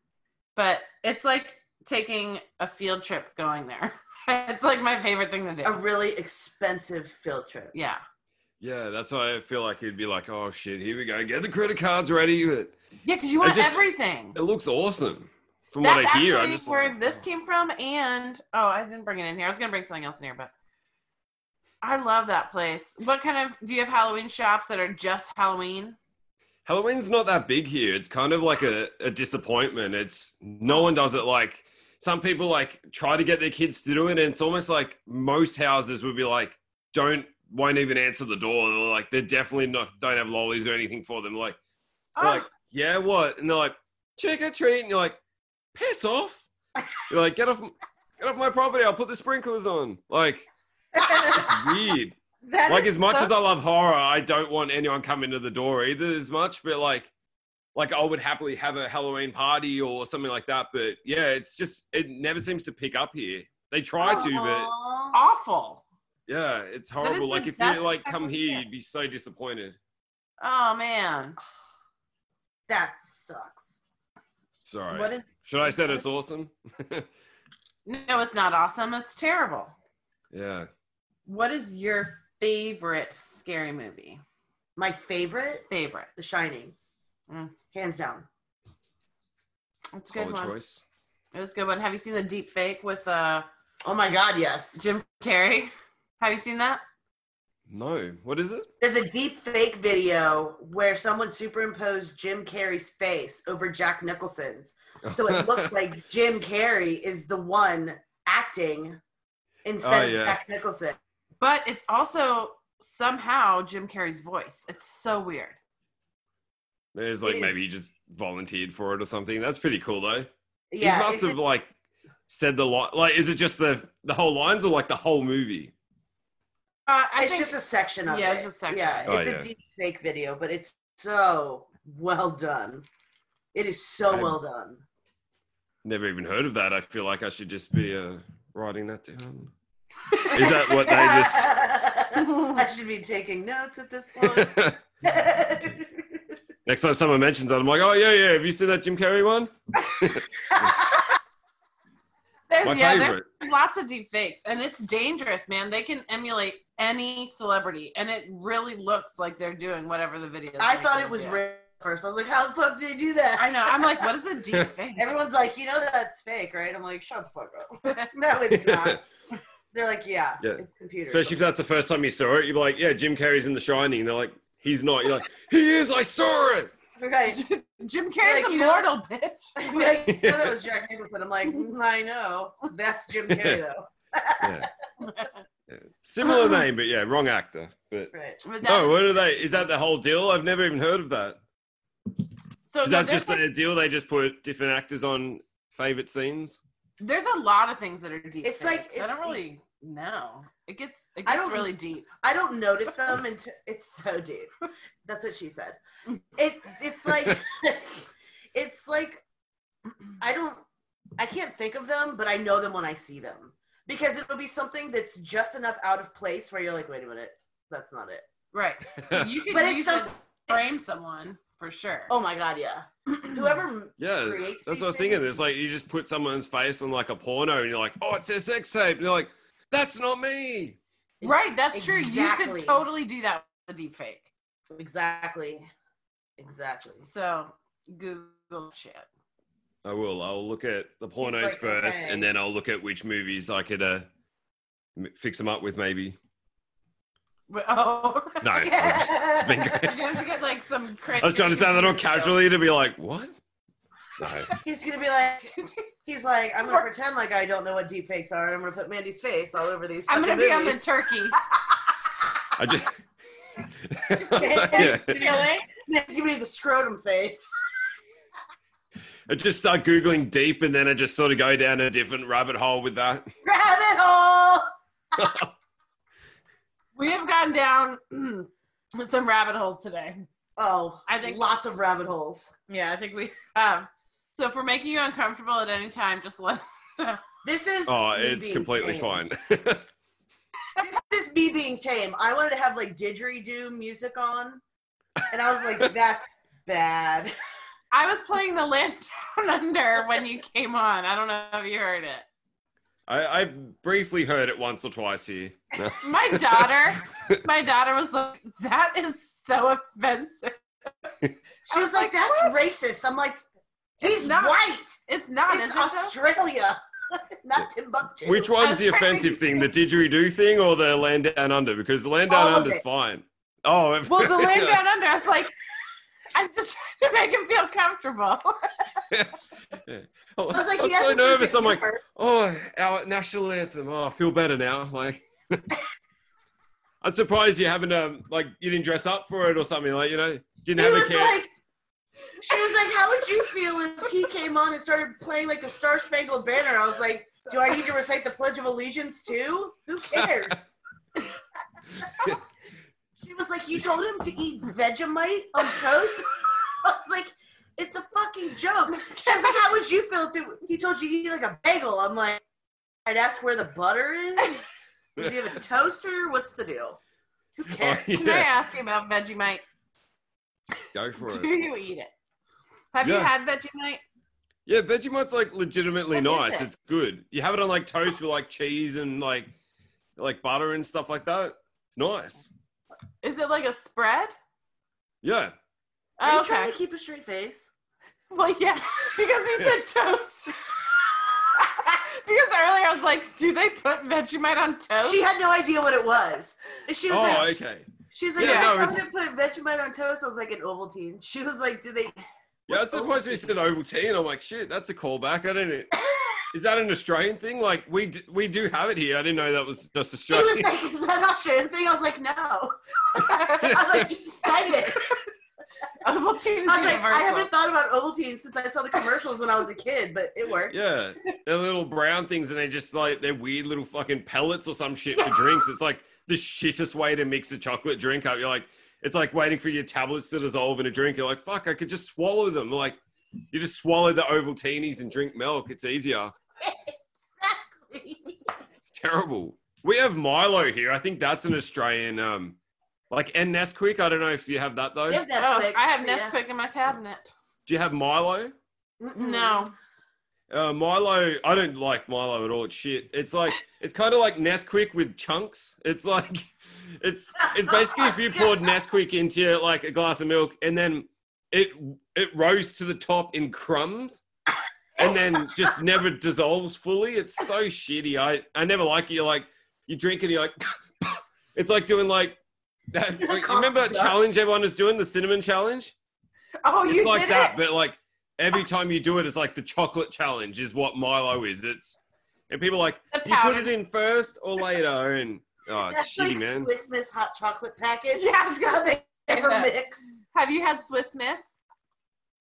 but it's like taking a field trip going there. it's like my favorite thing to a do. really expensive field trip. Yeah. Yeah, that's why I feel like he'd be like, oh shit, here we go. Get the credit cards ready. But Yeah, because you want just- everything. it looks awesome from That's what I hear. I'm actually just where like, this oh. came from. And oh, I didn't bring it in here. I was going to bring something else in here, but I love that place. What kind of do you have Halloween shops that are just Halloween? Halloween's not that big here. It's kind of like a, a disappointment. It's no one does it like some people like try to get their kids to do it, and it's almost like most houses would be like, don't won't even answer the door. They're like, they're definitely not don't have lollies or anything for them. Like, Oh, you're like, yeah, what? And they're like, trick or treat, and you're like, piss off. You're like, get off m- get off my property, I'll put the sprinklers on. Like weird. that like is as much so as I love horror, I don't want anyone coming to the door either as much. But like, like I would happily have a Halloween party or something like that. But yeah, it's just it never seems to pick up here. They try to, but Aw. awful. yeah, it's horrible. the Like if best you like type come of here, shit. you'd be so disappointed. Oh man. That sucks. Sorry. What is Should I said it's awesome? No, it's not awesome. It's terrible. Yeah. What is your favorite scary movie? My favorite, Favorite. The Shining. Mm. Hands down. That's a good Solid one. choice. It was a good one. Have you seen the deep fake with uh Oh my God, yes. Jim Carrey? Have you seen that? No. What is it? There's a deep fake video where someone superimposed Jim Carrey's face over Jack Nicholson's. So it looks like Jim Carrey is the one acting instead Oh, yeah. of Jack Nicholson. But it's also somehow Jim Carrey's voice. It's so weird. There's it like is- maybe you just volunteered for it or something. That's pretty cool though. Yeah, he must is it- have like said the line. Like, is it just the the whole lines or like the whole movie? Uh, I it's think, just a section of yeah, it. it's a section. Yeah, Oh, it's yeah. a deep fake video, but it's so well done. It is so I- well done. Never even heard of that. I feel like I should just be uh, writing that down. Is that what they just? I should be taking notes at this point. Next time someone mentions that, I'm like, oh yeah, yeah. Have you seen that Jim Carrey one? there's, My yeah, favorite. there's lots of deep fakes, and it's dangerous, man. They can emulate any celebrity, and it really looks like they're doing whatever the video. I thought it was real at first. I was like, how the fuck did you do that? I know. I'm like, what is a deep fake? Everyone's like, you know that's fake, right? I'm like, shut the fuck up. no, it's not. They're like, yeah, Yeah. it's computer. Especially if that's the first time you saw it, you're like, yeah, Jim Carrey's in The Shining. They're like, he's not. You're like, he is. I saw it. right. Jim Carrey's Like, you know- immortal, bitch. I'm like, I thought it was Jack Nicholson. I'm like, mm, I know. That's Jim Carrey though. Similar name, but yeah, wrong actor. But Right. But that no, is- what are they? Is that the whole deal? I've never even heard of that. so Is no, that there's, just like, their deal? They just put different actors on favorite scenes. there's a lot of things that are deep. It's like- fakes. I don't really know. It gets it I gets don't- really deep. I don't notice them until it's so deep. That's what she said. It's it's like it's like I don't I can't think of them, but I know them when I see them. Because it'll be something that's just enough out of place where you're like, wait a minute, that's not it. Right. You could But it's use so- it to frame someone for sure. Oh my god, yeah. Whoever yeah, creates that's these what I was thinking. things- It's like you just put someone's face on like a porno, and you're like, oh, it's a sex tape. And you're like, that's not me. right, that's true. You Exactly. could totally do that with a deep fake. Exactly. Exactly. So Google shit. I will. I'll look at the pornos like, first, okay. and then I'll look at which movies I could uh, m- fix them up with, maybe. But- Oh, No, I've- it's been great. you're gonna get like some crazy. I was trying to sound that all casually to be like, what? No. He's gonna be like, he's like, I'm gonna pretend like I don't know what deep fakes are, and I'm gonna put Mandy's face all over these. I'm gonna fucking be on the movies. turkey. I just. Yes. Yeah. Really? He's gonna be the scrotum face. I just start Googling deep and then I just sort of go down a different rabbit hole with that. Rabbit hole. We have gone down mm, some rabbit holes today. Oh, I think- lots of rabbit holes. Yeah, I think we have. Um, So if we're making you uncomfortable at any time, just let. This is Oh, me it's being completely tame. fine. This is me being tame. I wanted to have like didgeridoo music on, and I was like, that's bad. I was playing the land down under when you came on. I don't know if you heard it. I, I've briefly heard it once or twice here. My daughter, my daughter was like, "That is so offensive." She was like, that's racist. I'm like, he's It's not. white. It's not. It's is it though? Australia, not Timbuktu. Which I one's was the trying to offensive thing? The didgeridoo thing or the land down under? Because the land All down of under's it. fine. Oh, it- Well, the land down under. I was like, I'm just trying to make him feel comfortable. Oh, I was like, I'm he has a sense so of nervous. I'm like, humor. oh, our national anthem. Oh, I feel better now. Like, I'm surprised you haven't um like you didn't dress up for it or something. Like, you know, didn't he have a was care. like, she was like, how would you feel if he came on and started playing like the Star Spangled Banner? I was like, do I need to recite the Pledge of Allegiance too? Who cares? she was like, you told him to eat Vegemite on toast. I was like, it's a fucking joke. She was like, how would you feel if it, he told you to eat like a bagel? I'm like, I'd ask where the butter is. Does he have a toaster? What's the deal? Who cares? Oh, Can I yeah, ask you about Vegemite? go for Do it. you eat it? Have you Yeah. had Vegemite? Yeah, Vegemite's like legitimately What is nice. it? It's good. You have it on like toast with like cheese and like like butter and stuff like that. It's nice. Is it like a spread? Yeah. Are you okay. trying to keep a straight face? Well, yeah, because he said toast. because earlier I was like, do they put Vegemite on toast? She had no idea what it was. And She was Oh, like, okay. she was like, Yeah, yeah, no, I'm gonna put Vegemite on toast. I was like, an Ovaltine. She was like, do they? Yeah, I was surprised we said Ovaltine. I'm like, shit, that's a callback. I didn't. Is that an Australian thing? Like we d- we do have it here. I didn't know that was just She Australian. was like, is that an Australian thing? I was like, no. I was like, just say it. I was Ovaltine is I was like, I universal. haven't thought about Ovaltine since I saw the commercials when I was a kid, but it worked. Yeah, they're little brown things, and they just like they're weird little fucking pellets or some shit for drinks. It's like the shittest way to mix a chocolate drink up. You're like, it's like waiting for your tablets to dissolve in a drink. You're like, fuck, I could just swallow them. Like, you just swallow the Ovaltinis and drink milk. It's easier. It's terrible. We have Milo here. I think that's an Australian, um, like and Nesquik. I don't know if you have that though. You have Oh, Nesquik. I have Yeah. Nesquik in my cabinet. Do you have Milo? Mm-mm. No, Uh, Milo, I don't like Milo at all. It's shit. It's like it's kind of like Nesquik with chunks. It's like it's it's basically if you poured Nesquik into like a glass of milk and then it it rose to the top in crumbs and then just never dissolves fully. It's so shitty. I I never like it. You're like you drink it. You're like it's like doing like that. Like, you remember that challenge everyone was doing the cinnamon challenge? Oh, it's you like did that, it? but like every time you do it, it's like the chocolate challenge is what Milo is. It's and people are like The "Do you put powdered- it in first or later, and oh, it's That's shitty, like man. Swiss Miss hot chocolate packets. Yeah, I was gonna they say never that. mix. Have you had Swiss Miss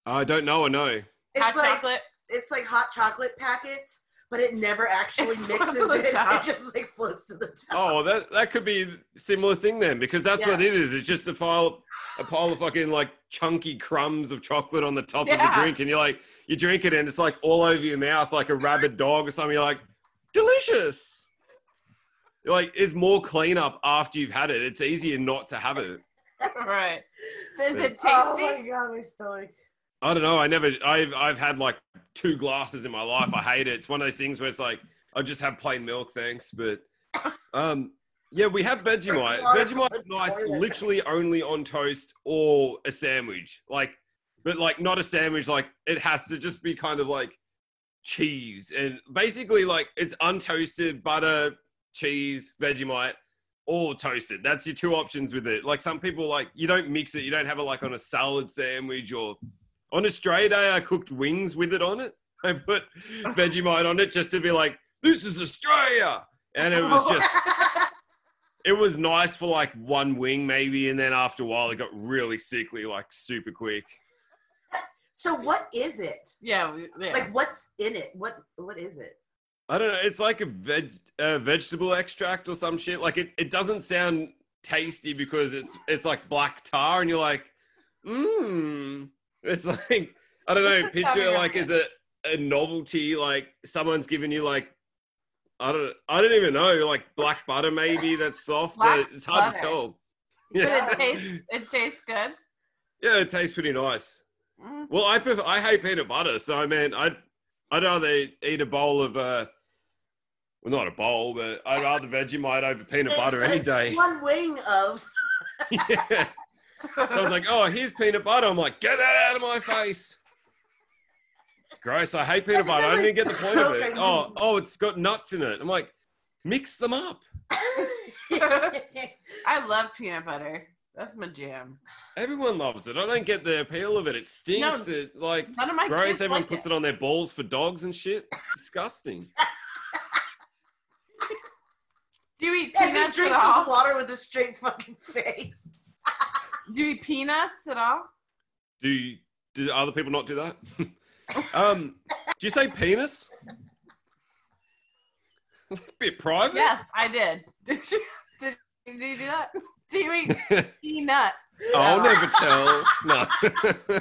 I don't know. I know. It's hot like chocolate? it's like hot chocolate packets, but it never actually It floats mixes to the it. top. It just like floats to the top. Oh, that that could be a similar thing then, because that's what it is. It's just a pile, a pile of fucking like chunky crumbs of chocolate on the top of the Yeah. drink, and you're like, you drink it, and it's like all over your mouth, like a rabid dog or something. You're like, delicious. You're like, it's more cleanup after you've had it. It's easier not to have it. right. Is it tasty? Oh my god, my stomach. I don't know. I never. I've I've had like two glasses in my life. I hate it. It's one of those things where it's like I just have plain milk, thanks. But um, yeah, we have Vegemite. Water from Vegemite the is nice, toilet. literally only on toast or a sandwich. Like, but like not a sandwich. Like it has to just be kind of like cheese and basically like it's untoasted butter, cheese, Vegemite. Or toasted. That's your two options with it. Like some people like you don't mix it. You don't have it like on a salad sandwich or on Australia Day, I cooked wings with it on it. I put Vegemite on it just to be like, this is Australia. And it was just, it was nice for like one wing maybe. And then after a while, it got really sickly, like super quick. so what is it? Yeah, we- yeah. Like what's in it? What what is it? I don't know. It's like a veg, uh, vegetable extract or some shit. Like it, it doesn't sound tasty because it's, it's like black tar and you're like, mmm. It's like, I don't know. It's just Picture sounding like right. is a, a novelty. Like someone's given you like, I don't, I don't even know. Like black butter maybe that's soft. Black but it's hard to butter. tell. but Yeah. it tastes it tastes good. yeah, it tastes pretty nice. Mm. Well, I prefer, I hate peanut butter, so I mean, I'd I'd rather eat a bowl of uh, well, not a bowl, but I'd rather Vegemite over peanut butter any Like, day. One wing of yeah. I was like, oh, here's peanut butter. I'm like, get that out of my face. It's gross. I hate peanut And then butter. I didn't like- get the point of it. Okay. Oh, oh, it's got nuts in it. I'm like, mix them up. I love peanut butter. That's my jam. Everyone loves it. I don't get the appeal of it. It stinks. No. It like None of my gross. kids Everyone like puts it. it on their balls for dogs and shit. It's disgusting. Do you eat As he peanuts at drinks his all? water with a straight fucking face. Do you eat peanuts at all? Do you, do other people not do that? um, do you say penis? It's a bit private. Yes, I did. Did you did, did you do that? Do you eat peanuts? I'll at all? never tell. No.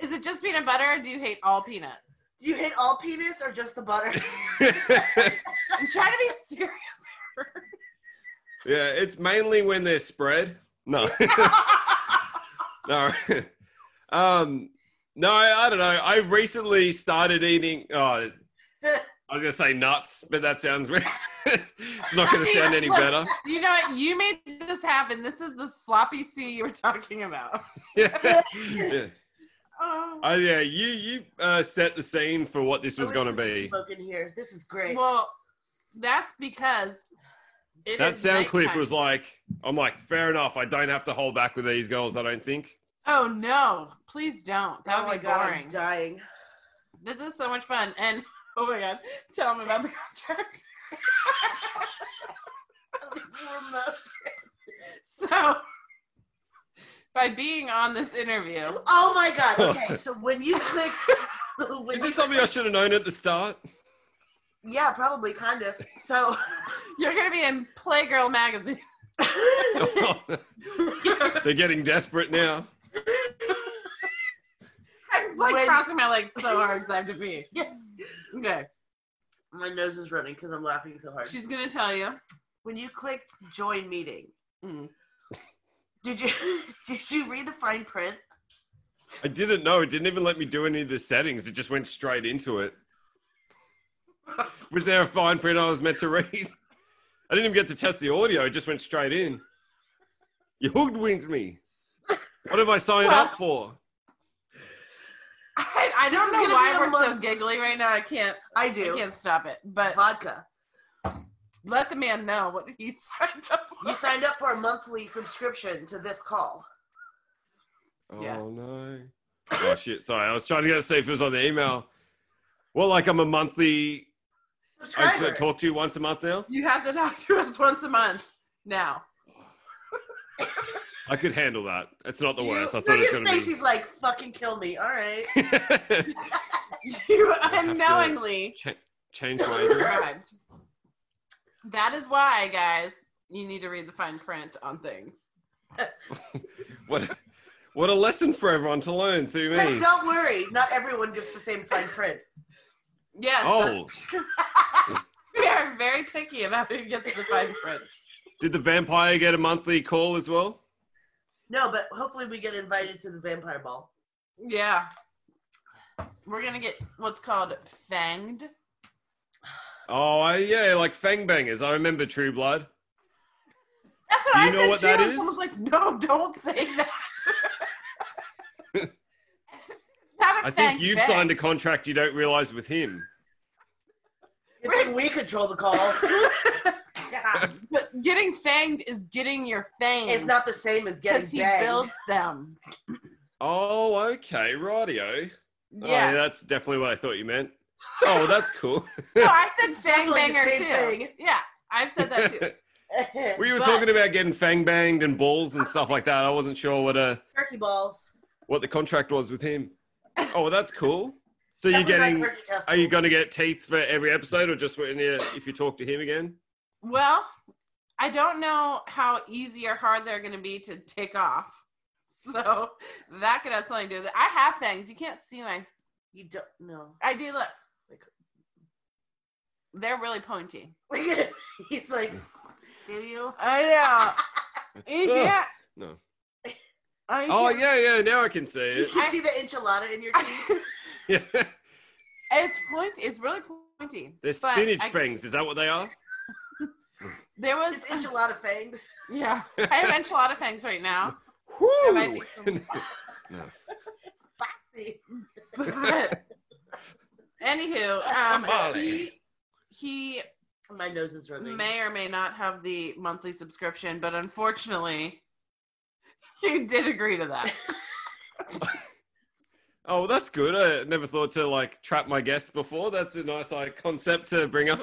Is it just peanut butter or do you hate all peanuts? Do you hate all penis or just the butter? I'm trying to be serious. yeah, it's mainly when they're spread. No. no. um, no, I don't know. I recently started eating. Oh, I was gonna say nuts, but that sounds weird. it's not gonna sound any better. You know what? You made this happen. This is the sloppy sea you were talking about. Yeah. yeah. Oh. Oh yeah, you you uh, set the scene for what this was I wish gonna we could be. Smoke in here. This is great. Well, that's because it That is sound clip nighttime. was like, I'm like, fair enough. I don't have to hold back with these girls. I don't think. Oh no! Please don't. That oh would my be god, boring. I'm dying. this is so much fun. And oh my god, tell them about the contract. Remote. so, by being on this interview. Oh my god. Okay, so when you click when Is you this something I should have known at the start? Yeah, probably kind of. So You're gonna be in Playgirl magazine. They're getting desperate now. I'm like When- crossing my legs so hard as I have to be. Okay. my nose is running because I'm laughing so hard. She's gonna tell you. When you click join meeting, Mm. did you did you read the fine print? I didn't know. It didn't even let me do any of the settings. It just went straight into it. Was there a fine print I was meant to read? I didn't even get to test the audio. It just went straight in. You hoodwinked me. What have I signed up for? I, I This don't is know gonna why be a we're so month- giggly right now. I can't. I I do. can't stop it. But Vodka. let the man know what he signed up for. You signed up for a monthly subscription to this call. Yes. Oh no. Oh shit. Sorry, I was trying to get see if it was on the email. Well, like I'm a monthly. I Subscriber. could talk to you once a month now. You have to talk to us once a month now. I could handle that. It's not the You- worst. I Look thought at it was your gonna face. be. He's like, "Fucking kill me." All right. You have to- unknowingly Cha- change my. subscribed. That is why, guys, you need to read the fine print on things. What? What a lesson for everyone to learn through But me. don't worry, not everyone gets the same fine print. Yes. Oh, We are very picky about who gets the fine print. did the vampire get a monthly call as well? No, but hopefully we get invited to the vampire ball. Yeah. We're gonna get what's called fanged. Oh, I, yeah, like Fang Bangers. I remember True Blood. That's what Do you I know said what too. that and is? Someone's like, no, don't say that. Not a I think fanged you've bang. signed a contract you don't realize with him. Good thing we control the call. But getting fanged is getting your fangs. it's not the same as getting because he banged. builds them. Oh, okay, radio. Yeah. Oh, yeah, that's definitely what I thought you meant. Oh, that's cool. No, I said definitely fang the banger same too. thing. Yeah, I've said that too. we were But- talking about getting fang banged and balls and stuff like that. I wasn't sure what uh turkey balls. what the contract was with him. Oh, well, that's cool. So you're Definitely getting not turkey testicles. are you going to get teeth for every episode or just when you, if you talk to him again? Well, I don't know how easy or hard they're going to be to take off. So that could have something to do with it. I have fangs. You can't see my. You don't know. I do look. They're really pointy. He's like, "Do you?" I know. Ugh, no. Oh, yeah, yeah, now I can see You it. can I- see the enchilada in your teeth. Yeah. It's pointy. It's really pointy. They're But spinach I- fangs. Is that what they are? There was. It's enchilada fangs. Yeah. I have enchilada fangs right now. There might Whoo! be some. No. Spicy. But, anywho, um, Tamale. he, he My nose is running. may or may not have the monthly subscription, but unfortunately, you did agree to that. Oh, well, that's good. I never thought to like trap my guests before. That's a nice like concept to bring up.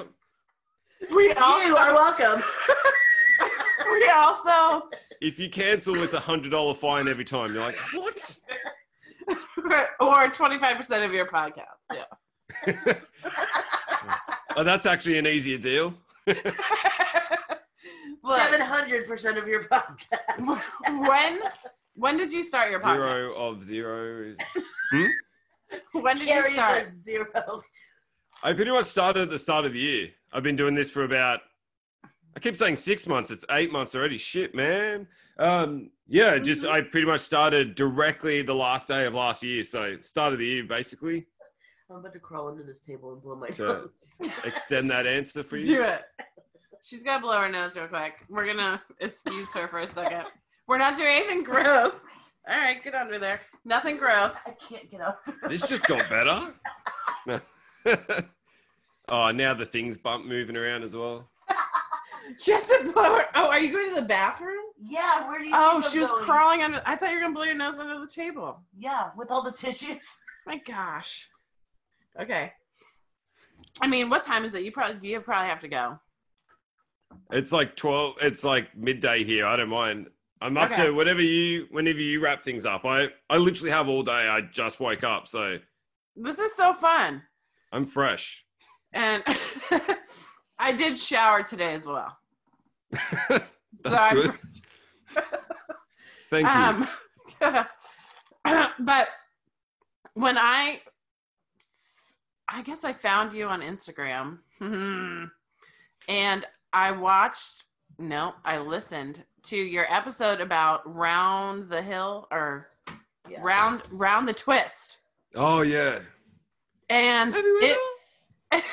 We You are welcome. we also If you cancel, it's a hundred dollar fine every time. You're like, what? or twenty five percent of your podcast. Yeah. Oh, that's actually an easier deal. Look, Seven hundred percent of your podcast. when when did you start your podcast? Zero of zero. is- When did you Carry start? the zero. I pretty much started at the start of the year. I've been doing this for about. I keep saying six months. It's eight months already. Shit, man. Um, yeah, just I pretty much started directly the last day of last year. So start of the year, basically. I'm about to crawl under this table and blow my Okay. nose. Extend that answer for you. Do it. She's gonna blow her nose real quick. We're gonna excuse her for a second. We're not doing anything gross. All right, get under there. Nothing gross. I can't get up. This just got better. No. oh, now the things bump moving around as well. Just a blower. Oh, are you going to the bathroom? Yeah, where do you? Oh, think I'm she was going? crawling under. I thought you were gonna blow your nose under the table. Yeah, with all the tissues. My gosh. Okay. I mean, what time is it? You probably you probably have to go. It's like 12, it's like midday here. I don't mind. I'm up Okay. to whatever you, whenever you wrap things up. I, I literally have all day. I just woke up, so This is so fun. I'm fresh. And I did shower today as well. That's I'm- good. Thank you. Um, but when I, I guess I found you on Instagram, Hmm. and I watched. No, I listened to your episode about round the hill or Yeah. round round the twist, oh yeah. and it, it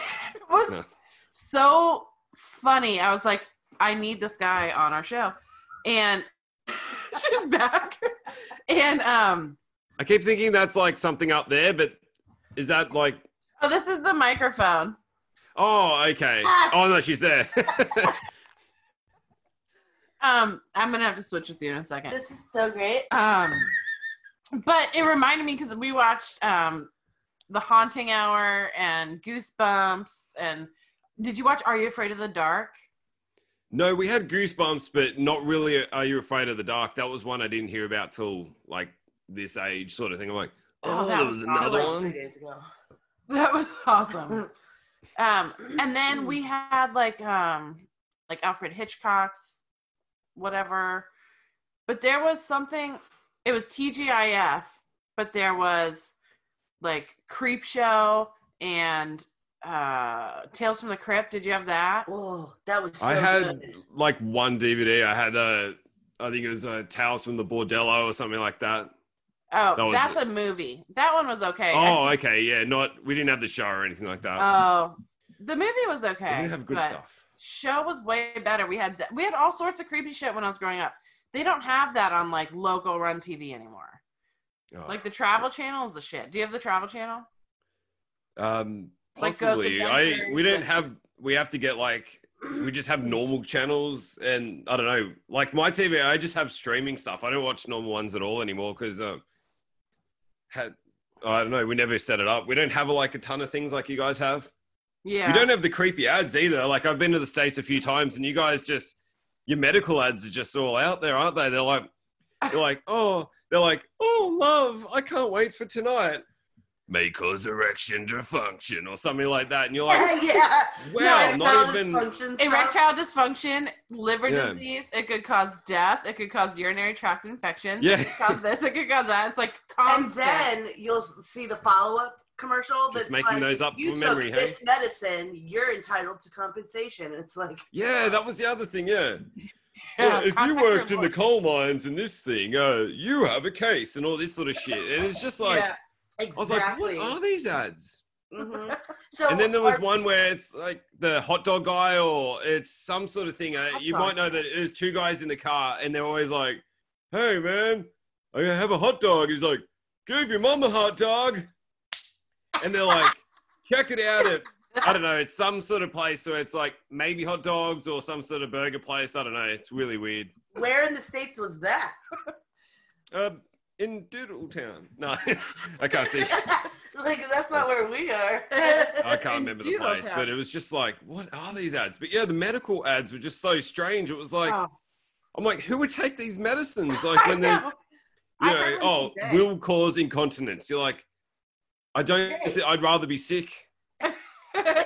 was No. so funny. I was like, I need this guy on our show, and she's back, and um. I keep thinking that's like something up there, but is that like? Oh, this is the microphone. Oh, okay. Oh no, she's there. Um, I'm gonna have to switch with you in a second. This is so great. Um, but it reminded me because we watched um, The Haunting Hour and Goosebumps, and did you watch Are You Afraid of the Dark? no, we had goosebumps, but not really. Are you afraid of the dark? That was one I didn't hear about till like this age, sort of thing. I'm like, oh, that was another awesome. one. Three days ago. That was awesome. um, and then we had like um, like Alfred Hitchcock's, whatever. But there was something. It was TGIF, but there was like Creep Show and uh, Tales from the Crypt. Did you have that? Oh, that was so I had good. like one DVD. I had a, I think it was a Tales from the Bordello or something like that. Oh, That was- that's a movie. That one was okay. Oh, okay, yeah. Not we didn't have the show or anything like that. Oh, the movie was we okay. didn't have good but- stuff. show was way better. We had we had all sorts of creepy shit when I was growing up. They don't have that on like local run TV anymore. Oh. Like the Travel Channel is the shit. Do you have the Travel Channel? Um, Like Ghost possibly. I Adventures we don't and- have. We have to get like we just have normal channels, and I don't know. Like my TV, I just have streaming stuff. I don't watch normal ones at all anymore because um, had I don't know. We never set it up. We don't have like a ton of things like you guys have. Yeah. We don't have the creepy ads either. Like I've been to the states a few times, and you guys just your medical ads are just all out there, aren't they? They're like, they're like, oh, they're like, oh, love, I can't wait for tonight. May cause erection dysfunction or something like that, and you're like, yeah. wow, No, not it's even. dysfunction stuff. Erectile dysfunction, liver Yeah. disease, it could cause death, it could cause urinary tract infections, it Yeah. could cause this, it could cause that. It's like And constant. then you'll see the follow up commercial Just that's making like, those up if you from took memory, hey? this medicine, you're entitled to compensation. And It's like, Yeah, that was the other thing. Yeah, Yeah, Well, if you constant worked in the reward. coal mines and this thing, uh, you have a case and all this sort of shit, and it's just like, Yeah. I was like, exactly. what are these ads? Mhm. So and then there was are- one where it's like the hot dog guy or it's some sort of thing. Uh, Hot you dog. might know that there's two guys in the car and they're always like, hey, man, I have a hot dog. He's like, give your mum a hot dog. And they're like, check it out at, I don't know, it's some sort of place where it's like maybe hot dogs or some sort of burger place. I don't know. It's really weird. Where in the States was that? Um, in Doodletown. No, I can't think. It's like, that's not where we are. I can't remember the Doodle place, Town. but it was just like, what are these ads? But yeah, the medical ads were just so strange. It was like, Oh, I'm like, who would take these medicines? Like I when they, you know. I know, heard them oh, today. will cause incontinence. You're like, I don't. Hey. I'd rather be sick. it's I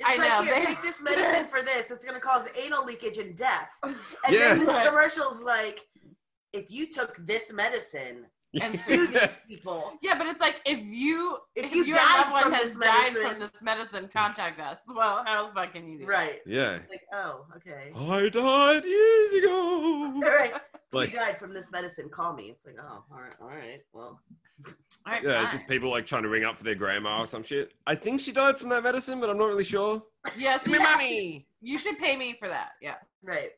like, know, here, they- take this medicine for this. It's going to cause anal leakage and death. And then Yeah. the commercial's like, if you took this medicine, And sue these people. Yeah, but it's like if you If if, you your died loved one from has this died medicine- from this medicine, contact us. Well, how the fuck can you do that? Right. yeah. Like, oh, okay. I died years ago. All right. Like, you died from this medicine. Call me. It's like, oh, all right, all right. Well, All right, yeah, it's fine. just people like trying to ring up for their grandma or some shit. I think she died from that medicine, but I'm not really sure. yes, Give me you, should- money. you should pay me for that. Yeah. right.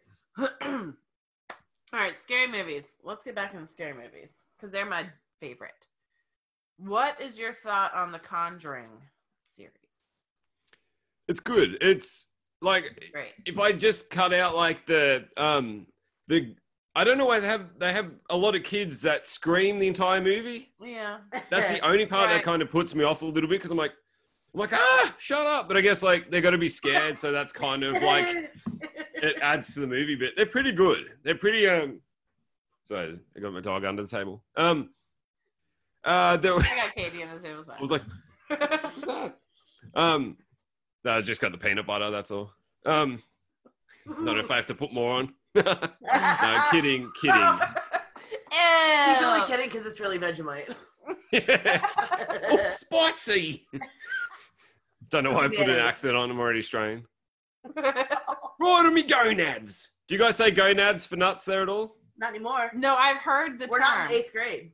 All right, scary movies. Let's get back into scary movies because they're my favorite. What is your thought on the Conjuring series? It's good. It's like Great. if I just cut out like the um the I don't know why they have they have a lot of kids that scream the entire movie. Yeah. That's the only part that Right. kind of puts me off a little bit because I'm like I'm like ah shut up, but I guess like they're gonna be scared, so that's kind of like it adds to the movie. But they're pretty good. They're pretty um So I got my dog under the table. Um, uh, there was, I got Katie on the table. I was like, "What's that?" Um, no, I just got the peanut butter. That's all. Um, not if I have to put more on. no, kidding, kidding. He's only kidding because it's really Vegemite. Yeah. Oh, spicy. Don't know why I put an Yeah. accent on. I'm already Australian. kidding. Right on me gonads. Do you guys say gonads for nuts there at all? not anymore. no, I've heard the We're term. not in eighth grade.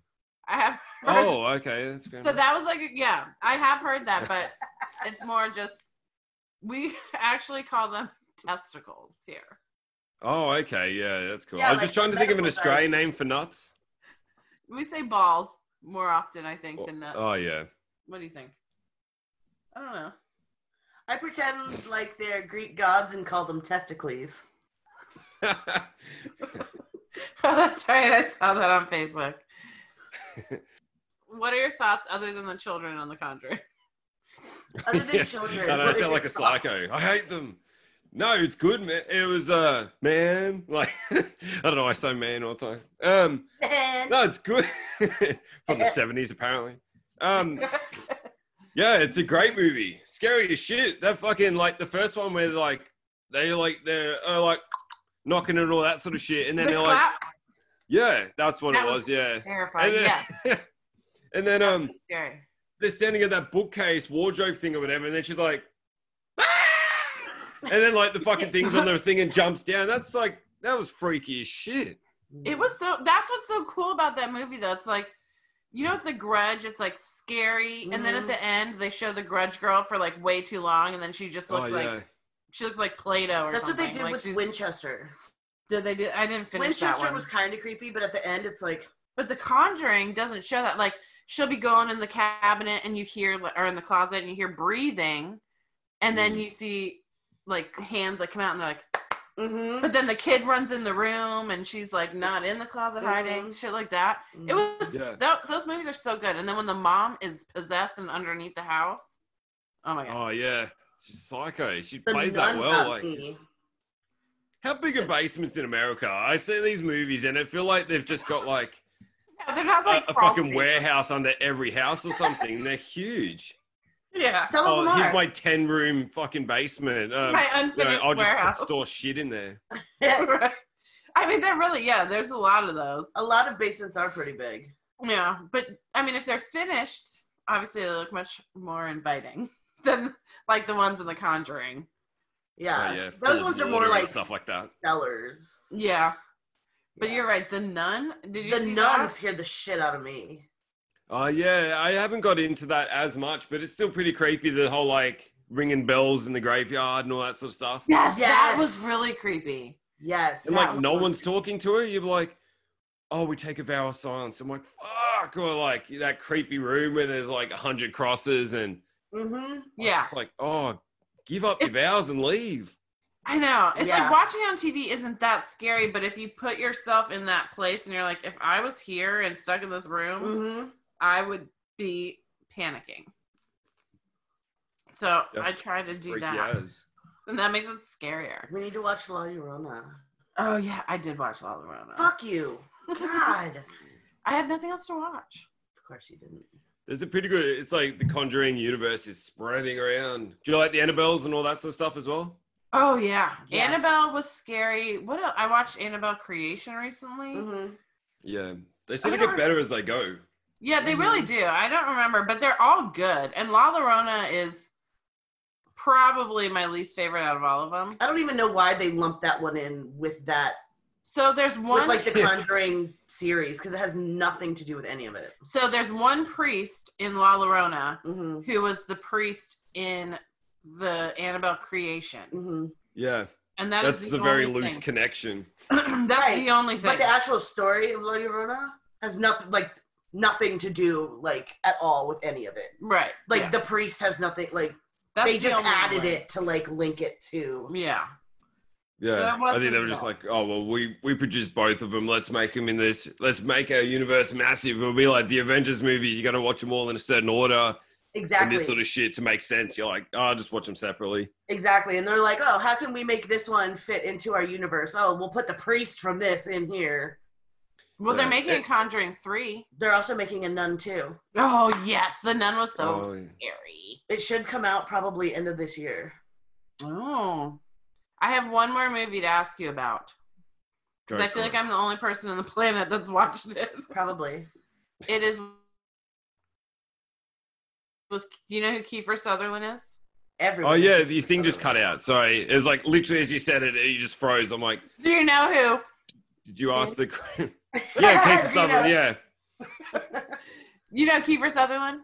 I have. Heard, Oh, okay. That's good. So that was like, a- yeah, I have heard that, but it's more just we actually call them testicles here. oh, okay. Yeah, that's cool. Yeah, I was like just trying to think of an medical Australian name for nuts. We say balls more often, I think, than nuts. Oh, yeah. what do you think? I don't know. I pretend like they're Greek gods and call them testicles. Oh, that's right. I saw that on Facebook. what are your thoughts other than the children on The Conjuring? Other than Yeah. children. I know, I what is sound like a it called? psycho. I hate them. No, it's good, man. It was, uh, man. Like, I don't know. why I say man all the time. Um, Man. No, it's good. From the 70s, apparently. Um, yeah, it's a great movie. Scary as shit. That fucking, like, the first one where, like, they, like, they're uh, like knocking and all that sort of shit. And then The they're like, clap yeah, that's what That it was. was- Yeah. terrifying. And then, yeah, and then um, scary. they're standing at that bookcase wardrobe thing or whatever. And then she's like, "Ah!" and then, like, the fucking thing's on the thing and jumps down. That's like, that was freaky as shit. It was so. That's what's so cool about that movie, though. It's like, you know, with The Grudge, it's like scary, and then at Mhm. the end, they show the Grudge girl for like way too long, and then she just Oh, looks yeah. like she looks like Play-Doh or That's what something. they did Like, with she's- Winchester. Did they do? I didn't finish that Winchester one. was kind of creepy, but at the end, it's like But The Conjuring doesn't show that. Like she'll be going in the cabinet and you hear, or in the closet and you hear breathing, and then Mm-hmm. Mm. you see like hands like come out and they're like. mhm, But then the kid runs in the room and she's like not in the closet hiding, Mhm. shit like that. It mhm. was Yeah. tho- those movies are so good. And then when the mom is possessed and underneath the house, oh my god, Oh, yeah. She's psycho. She The plays that nun well. got Like, me. it's- How big are basements in America? I see these movies and I feel like they've just got like yeah, they're not a, like a crawl fucking spaces. warehouse under every house or something. They're huge. Yeah, Some of Oh, them here's are. my 10 room fucking basement. Um, my you know, unfinished I'll just warehouse. store shit in there. Right. I mean, they're really yeah. There's a lot of those. a lot of basements are pretty big. Yeah, but I mean, if they're finished, obviously they look much more inviting than like the ones in The Conjuring. Yeah, Oh, yeah, full those of ones are water more and like stuff like that. Cellars. Yeah, but Yeah. you're right. The nun. Did you the see nun that? scared the shit out of me. Oh, yeah. I haven't got into that as much, but it's still pretty creepy. The whole like ringing bells in the graveyard and all that sort of stuff. Yes, that was Yes. really creepy. Yes, And Yeah. like no one's talking to her. You're like, oh, we take a vow of silence. I'm like, fuck. Or like that creepy room where there's like a hundred crosses and hmm I was Yeah, just like, oh, give up your vows and leave. I know. It's Yeah. like watching on TV isn't that scary, but if you put yourself in that place and you're like, if I was here and stuck in this room, hmm I would be panicking. So Yeah. I try to do Freaky that. as. And that makes it scarier. We need to watch La Llorona. Oh yeah, I did watch La Llorona. Fuck you, God. of I had nothing else to watch. course you didn't. There's a pretty good. It's like the Conjuring universe is spreading around. Do you like the Annabelles and all that sort of stuff as well? Oh yeah, Yes. Annabelle was scary. What else? I watched Annabelle Creation recently. hmm Yeah, they sort I of don't- get better as they go. Yeah, they really Mm-hmm. do. I don't remember, but they're all good. And La Llorona is probably my least favorite out of all of them. I don't even know why they lumped that one in with that So there's one. with like the Conjuring series because it has nothing to do with any of it. so there's one priest in La Llorona hmm who was the priest in the Annabelle creation, hmm Yeah, and that is that's the, very only loose thing. connection. That's Right, the only thing. But the actual story of La Llorona has nothing like nothing to do like at all with any of it. right. Like yeah. the priest has nothing like That's they the just only added way. it to like link it to Yeah. So it Yeah, I think wasn't they were just bad. like, oh well, we we produced both of them. Let's make them in this. Let's make our universe massive. It'll be like the Avengers movie. You got to watch them all in a certain order and exactly this sort of shit to make sense. You're like, oh, just watch them separately. exactly. And they're like, oh, how can we make this one fit into our universe? Oh, we'll put the priest from this in here. Well, they're Yeah. making a It- Conjuring three. They're also making a nun too. Oh yes, the nun was so Oh, yeah. scary. It should come out probably end of this year. Oh, I have one more movie to ask you about Go because I for feel it. like I'm the only person on the planet that's watched it. Probably. It is with do you know who Kiefer Sutherland is? Everyone. Oh yeah, the thing just cut out. Sorry, it was like literally as you said it, you just froze. I'm like, Do you know who? did you ask the? yeah, Kiefer Sutherland. Yeah, You know Kiefer Sutherland?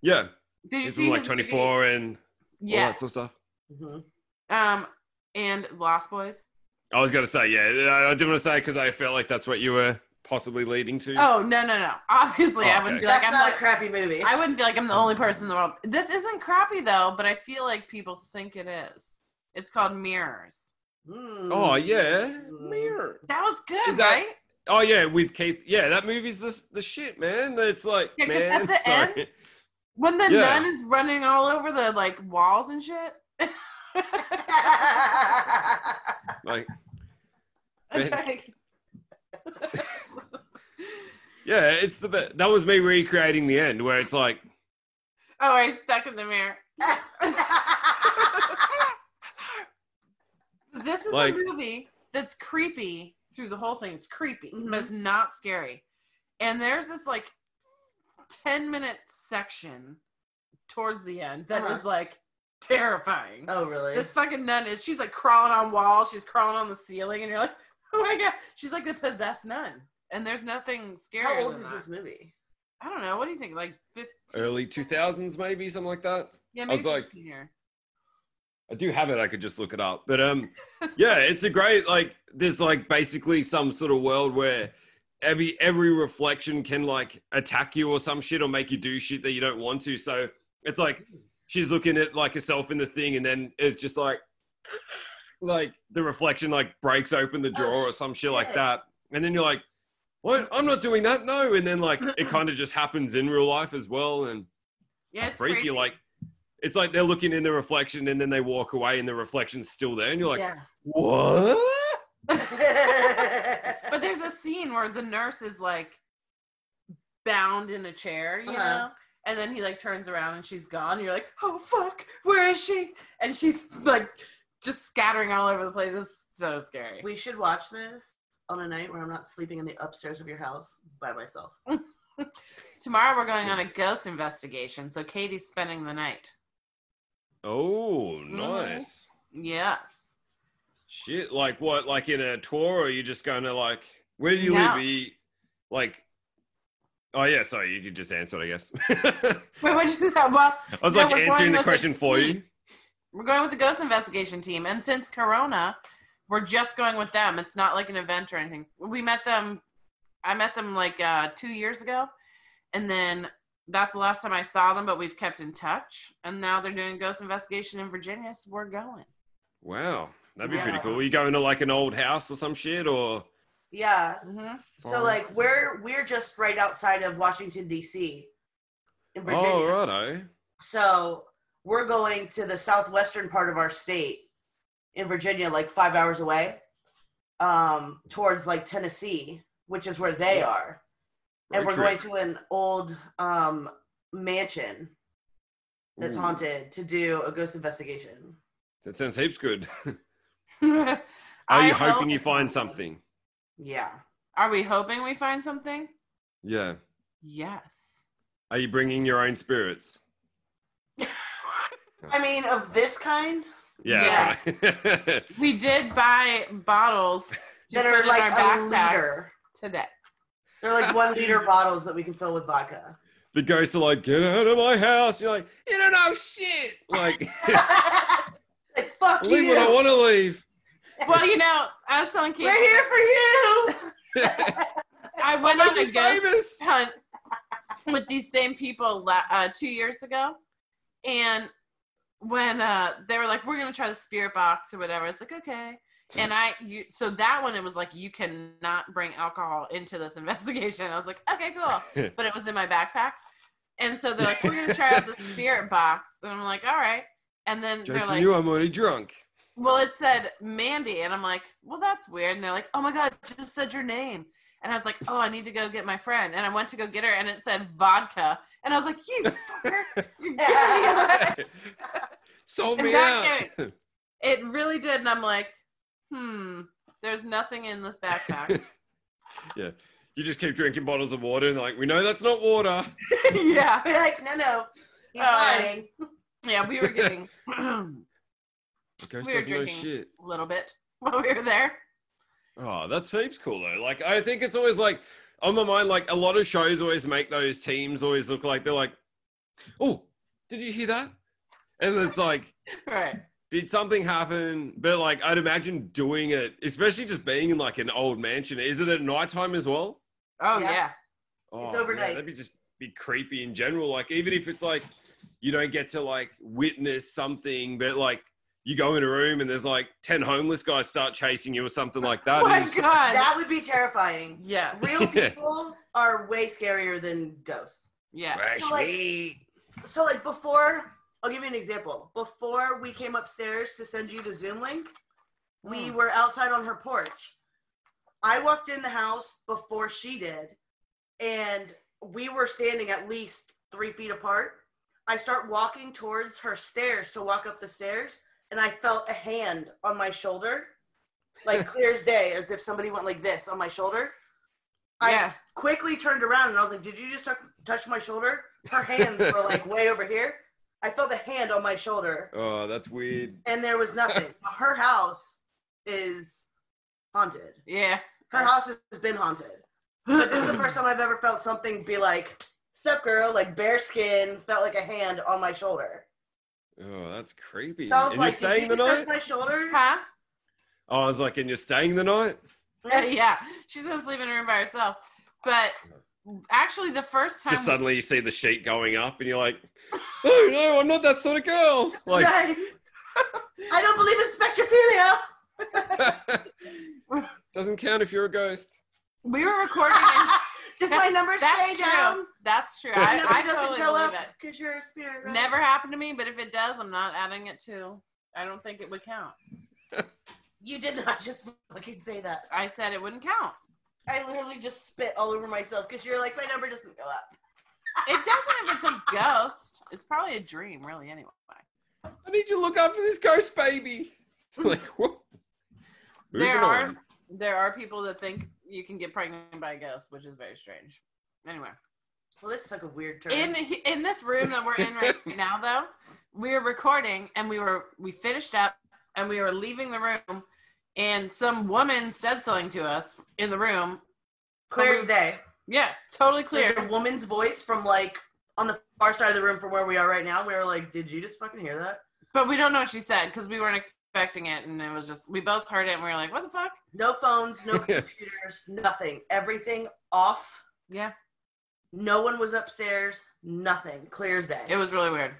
yeah. Did you He's see from like his 24 and Movie? all Yeah. that sort of stuff. hmm Um, and Lost Boys. I was gonna say yeah. I- I didn't want to say because I felt like that's what you were possibly leading to. Oh no no no! Obviously, Oh, I wouldn't okay. be like That's I'm not like, a crappy movie. I wouldn't feel like I'm the only person in the world. This isn't crappy though, but I feel like people think it is. It's called Mirrors. Mm. Oh yeah. Mm. Mirror. That was good, Is that- right? Oh yeah, with Keith. Yeah, that movie's the the shit, man. It's like Yeah, 'cause man. at the sorry. When the Yeah. nun is running all over the like walls and shit. Like I'm Man. trying to- yeah, it's the best. That was me recreating the end where it's like oh, I stuck in the mirror. This is Like- a movie that's creepy through the whole thing. It's creepy, Mhm. but it's not scary. And there's this like 10 minute section towards the end that is Uh-huh. like terrifying. oh really? This fucking nun is she's like crawling on walls, she's crawling on the ceiling, and you're like, oh my god, she's like the possessed nun. And there's nothing scary. How old than is that. this movie? I don't know. What do you think? Like 15? early 2000s, maybe something like that. Yeah, I was maybe like- 15 years. I do have it. I could just look it up. But um, yeah, it's a great like. There's like basically some sort of world where every every reflection can like attack you or some shit or make you do shit that you don't want to. So it's like she's looking at like herself in the thing, and then it's just like like the reflection like breaks open the drawer or some shit like shit. that, and then you're like, what? I'm not doing that. No. And then like it kind of just happens in real life as well, and Yeah, it's freaky. crazy. Like it's like they're looking in the reflection and then they walk away and the reflection's still there and you're like, yeah. what? But there's a scene where the nurse is like bound in a chair, you Uh-huh. know? And then he like turns around and she's gone. And you're like, oh fuck, where is she? And she's like just scattering all over the place. It's so scary. we should watch this on a night where I'm not sleeping in the upstairs of your house by myself. Tomorrow we're going on a ghost investigation. So Katie's spending the night. Oh, Mm-hmm. nice. Yes. Shit. Like what? Like in a tour or are you just going to like, where do you No. live? Are you, like, oh yeah, sorry. You could just answer it, I guess. Wait, what did you know? Well, I was No, like we're going answering with the the question for you. team. we're going with the ghost investigation team. And since Corona, we're just going with them. It's not like an event or anything. We met them, I met them like uh, two years ago. And then that's the last time I saw them, but we've kept in touch. And now they're doing ghost investigation in Virginia. So we're going. Wow. That'd be pretty Yeah. cool. Are you going to like an old house or some shit or? Yeah. hmm Oh, So like we're we're just right outside of Washington D.C. in Virginia. Oh, righto. So we're going to the southwestern part of our state in Virginia, like five hours away, um, towards like Tennessee, which is where they are. And Road we're trip. going to an old um, mansion that's Ooh, haunted to do a ghost investigation. That sounds heaps good. Are Are you hoping you find something? Yeah. Are we hoping we find something? Yeah. Yes. Are you bringing your own spirits? I mean, of this kind Yeah. okay. We did buy bottles to that put are in like our a backpacks liter. today. They're like one liter bottles that we can fill with vodka. the ghosts are like, get out of my house. You're like, you don't know shit. Like, Like, fuck leave you. when I want to leave. Well, you know, I was telling Kate, We're here for you. I went on a You're ghost famous. hunt with these same people la- uh, two years ago, and when uh, they were like, "We're gonna try the spirit box or whatever," it's like, "Okay." And I, you, so that one, it was like, "You cannot bring alcohol into this investigation." I was like, "Okay, cool." but it was in my backpack. And so they're like, we're gonna try out the spirit box. And I'm like, all right. And then Jokes on they're you, like, I'm already drunk. well, it said Mandy. And I'm like, well, that's weird. And they're like, oh my God, it just said your name. And I was like, oh, I need to go get my friend. And I went to go get her and it said vodka. And I was like, you fucker, you're giving me away. Sold And me out. that It really did. And I'm like, hmm, there's nothing in this backpack. You just keep drinking bottles of water and like, we know that's not water. yeah. You're like, no, no, he's Um, lying. Yeah, we were getting a The ghost We were doesn't know drinking. shit. little bit while we were there. Oh, that seems cool though. Like I think it's always like on my mind, like a lot of shows always make those teams always look like they're like, Oh, did you hear that? And it's like Right. did something happen? But like, I'd imagine doing it, especially just being in like an old mansion. Is it at nighttime as well? Oh, Yeah. yeah. Oh, It's overnight. that'd be just be creepy in general. Like, even if it's like you don't get to like witness something, but like you go in a room and there's like ten homeless guys start chasing you or something like that. Oh, my and God. it's- That would be terrifying. yes. Real Yeah. people are way scarier than ghosts. Yeah. Fresh So, like- meat. So, like, before, I'll give you an example. Before we came upstairs to send you the Zoom link, we Mm. were outside on her porch. I walked in the house before she did, and we were standing at least three feet apart. I start walking towards her stairs to walk up the stairs, and I felt a hand on my shoulder, like clear as day, as if somebody went like this on my shoulder. I Yeah. s- quickly turned around and I was like, Did you just tuck touch my shoulder? Her hands were like way over here. I felt a hand on my shoulder Oh, that's weird. and there was nothing. Her house is haunted. Yeah. Her house has been haunted. But this is the first time I've ever felt something be like, "Sup, girl?" Like bare skin, felt like a hand on my shoulder. Oh, that's creepy. So I was and like, you're staying the "Did you just touch night? my shoulder?" Huh? Oh, I was like, and you're staying the night? yeah. She's going to sleep in a room by herself. But actually, the first time. just suddenly you see the sheet going up and you're like, oh no, I'm not that sort of girl. Like, Right. I don't believe in spectrophilia. doesn't count if you're a ghost. we were recording. in- Just my numbers That's stay true. down. That's true. My I, number I doesn't totally go believe up it. because you're a spirit. right? Never happened to me, but if it does, I'm not adding it to. I don't think it would count. You did not just fucking say that. I said it wouldn't count. I literally just spit all over myself because you're like, my number doesn't go up. It doesn't if it's a ghost. It's probably a dream, really, anyway. I need you to look after this ghost baby. like, whoa. Moving There are on. there are people that think you can get pregnant by a ghost, which is very strange. Anyway, Well, this took a weird turn. in in this room that we're in right now, though, we were recording and we were we finished up and we were leaving the room, and some woman said something to us in the room. Clear as day. Yes, totally Clear. A clear. woman's voice from like on the far side of the room from where we are right now. We were like, did you just fucking hear that? But we don't know what she said because we weren't expecting it, and it was just we both heard it and we were like, "What the fuck?" No phones, no computers, nothing. Everything off. Yeah, No one was upstairs. Nothing. Clear as day. it was really weird.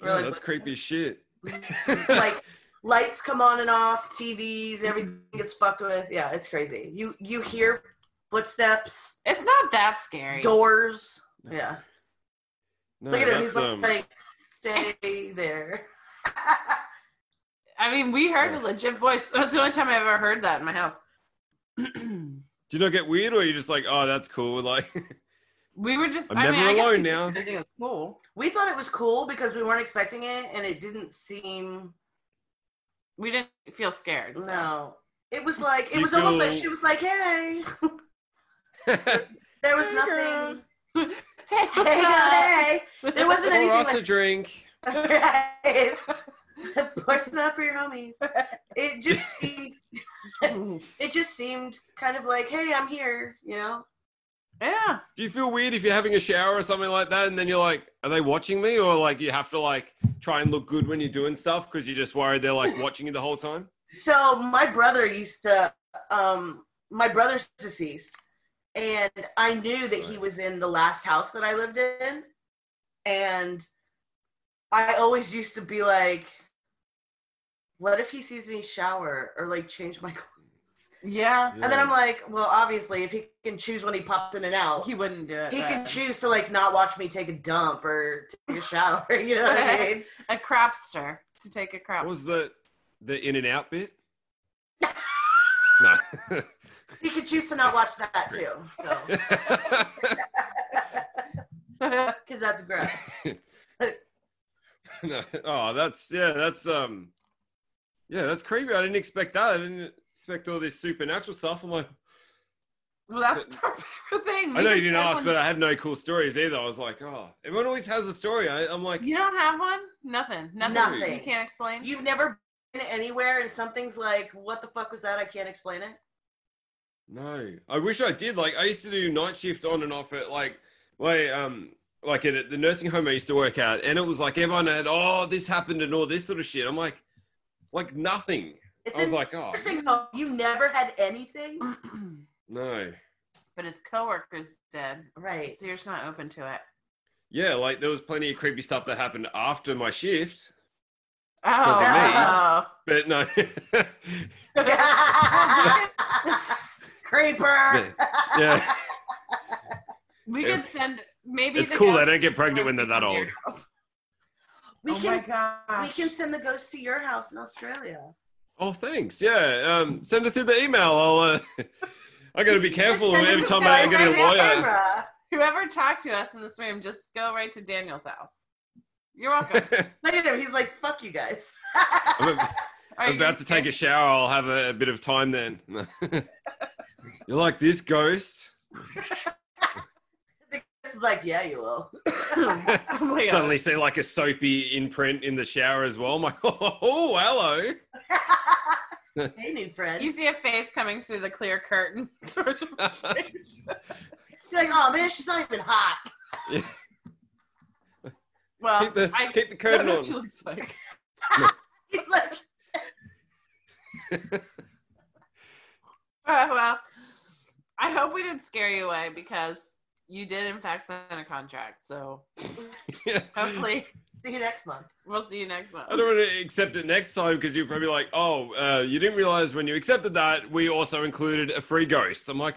We're like, Yeah, that's what- creepy as shit. like lights come on and off, TVs, everything gets fucked with. Yeah, it's crazy. You you hear footsteps, It's not that scary. doors. Yeah. no, Look at him. He's that's, um, like, stay there. I mean, we heard Yeah. a legit voice. That's the only time I ever heard that in my house. do you not get weird or are you just like, oh, that's cool? Like, we were just. I'm I mean, never I guess alone we- now. I think it was cool. we thought it was cool because we weren't expecting it and it didn't seem We didn't feel scared. So. No. It was like You it was almost like feel- she was like, "Hey, there was Hey, nothing. Hey, what's Hey, up? hey, there wasn't Pour anything." us a Like, drink. right. Pour some out for your homies. It just seemed, it just seemed kind of like, "Hey, I'm here," you know. yeah. Do you feel weird if you're having a shower or something like that, and then you're like, "Are they watching me?" Or like you have to like try and look good when you're doing stuff because you're just worried they're like watching you the whole time. So my brother used to, um, my brother's deceased, and I knew that he was in the last house that I lived in, and I always used to be like, "What if he sees me shower or like change my clothes?" Yeah. And then I'm like, "Well, obviously, if he can choose when he pops in and out, He he, wouldn't do it. but- can choose to like not watch me take a dump or take a shower." You know what I mean? a crapster to take a crap. what was the the in and out bit? no, He could choose to not watch that too. So because that's gross. No. oh, that's yeah, that's um, yeah, that's creepy. I didn't expect that. I didn't expect all this supernatural stuff. I'm like, Well, that's our favorite thing. I Me know you and didn't ask, someone- but I have no cool stories either. I was like, oh, everyone always has a story. I, I'm like, you don't have one. Nothing. Nothing. Nothing. You can't explain. You've never been anywhere and something's like, what the fuck was that? I can't explain it. no, I wish I did. Like, I used to do night shift on and off at like, wait, um, like at the nursing home I used to work at, and it was like everyone had, oh, this happened and all this sort of shit. I'm like, like nothing. It's I was interesting. like, oh, how you never had anything. no. but his coworker's dead, Right. so you're just not open to it. Yeah, like there was plenty of creepy stuff that happened after my shift, Oh, me. but no. Creeper. yeah, we Yeah. could send maybe. it's the cool. They ghost don't get pregnant would when they're be that old. your house. We oh can my we gosh. can send the ghost to your house in Australia. Oh, thanks. Yeah, um, send it through the email. I'll. Uh, I got to be careful Send it every to time the I get a Daniel's lawyer. camera. Whoever talked to us in this room, just go right to Daniel's house. You're welcome. Look at him. He's like, fuck you guys. I'm a- Are I'm you about to take a shower. I'll have a, a bit of time then. You're like this ghost. This is like, yeah, you will. Oh my God. Suddenly see like a soapy imprint in the shower as well. I'm like, oh, hello. hey, new friend. You see a face coming through the clear curtain. You're like, oh man, she's not even hot. well, keep the um, I keep the curtain don't know what she on. looks like. He's like, Oh, well, I hope we didn't scare you away because you did, in fact, sign a contract. So hopefully see you next month. we'll see you next month. I don't want to accept it next time because you're probably like, oh, uh, you didn't realize when you accepted that we also included a free ghost. I'm like,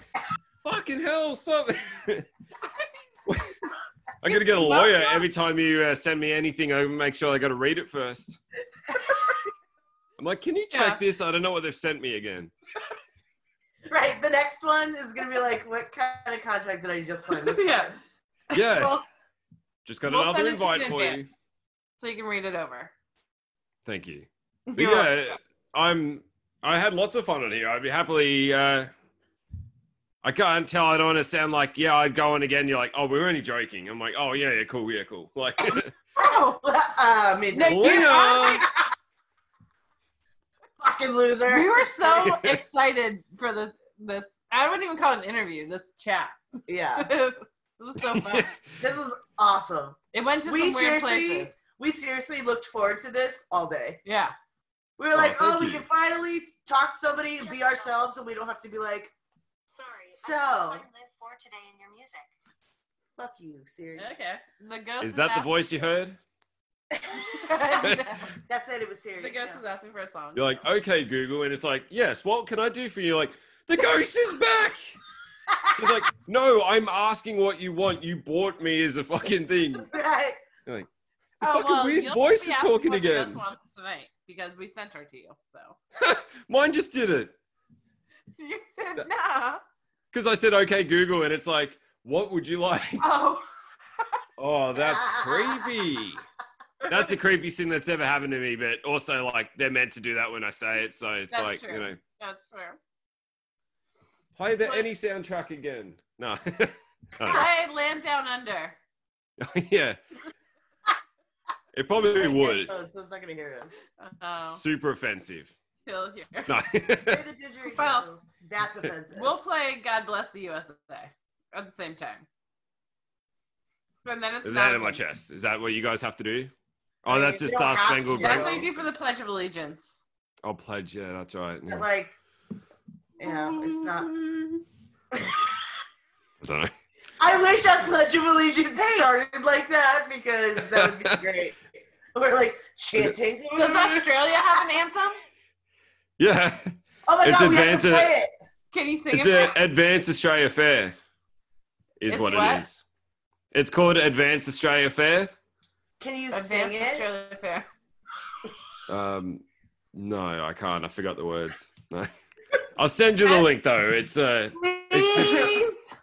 fucking hell, something. I'm gonna get a lawyer every time you uh, send me anything. I make sure I got to read it first. I'm like, can you check Yeah. this? I don't know what they've sent me again. Right. The next one is gonna be like, what kind of contract did I just sign? This yeah. time? Yeah, Well, just got we'll another send it to you invite in for you. advance. so you can read it over. Thank you. But You're yeah, I'm. I had lots of fun on here. I'd be happily. Uh, I can't tell. I don't want to sound like yeah. I'd go on again. You're like, oh, we were only joking. I'm like, oh yeah, yeah, cool, yeah, cool. Like, Oh, I mean, No, you you Lena. fucking loser. We were so excited for this. This I wouldn't even call it an interview. This chat. yeah. it was so fun. This was awesome. It went to We some weird seriously- places. We seriously looked forward to this all day. Yeah. We were Oh, like, thank oh, we you. can finally talk to somebody and be ourselves, and we don't have to be like, Sorry. So- I can't find live for today in your music. fuck you, Siri. Okay. The ghost is that the voice you heard? heard? That's it. It was Siri. the ghost yeah. was asking for a song. You're like, okay, Google, and it's like, yes. What can I do for you? You're like, the ghost is back. She's like, no, I'm asking what you want. You bought me as a fucking thing. The right. fucking weird Oh, you'll voice be is asking talking what the again. ghost wants tonight because we sent her to you. So Mine just did it. you said no. Because I said, okay, Google, and it's like, what would you like? Oh. Oh, that's creepy. That's the creepiest thing that's ever happened to me, but also, like, they're meant to do that when I say it. So it's That's like, true. you know, That's fair. play the Play- any soundtrack again. No. No. Hey, land down under. yeah. It probably would. Oh, so it's not gonna hear him. Oh, Super offensive. still here. No. Play the didgeridoo. Well- that's offensive. We'll play God Bless the USA at the same time. And then it's Is that not in my good. chest? Is that what you guys have to do? I Oh, mean, that's you just don't Star have to. Spangled That's Banner. what you do for the Pledge of Allegiance. I'll pledge. Yeah, that's right. But, Yeah. like, yeah, it's not. I don't know. I wish our Pledge of Allegiance started like that because that would be great. We're like chanting. Does Australia have an anthem? Yeah. Oh my It's god, we have to advanced- play it. Can you sing It's it? an for Advance Australia Fair, is It's what, what? it is. It's called Advance Australia Fair. Can you us? Advance sing it? Australia Fair. Um, no, I can't. I forgot the words. No. I'll send you the link though. It's a Please say Give us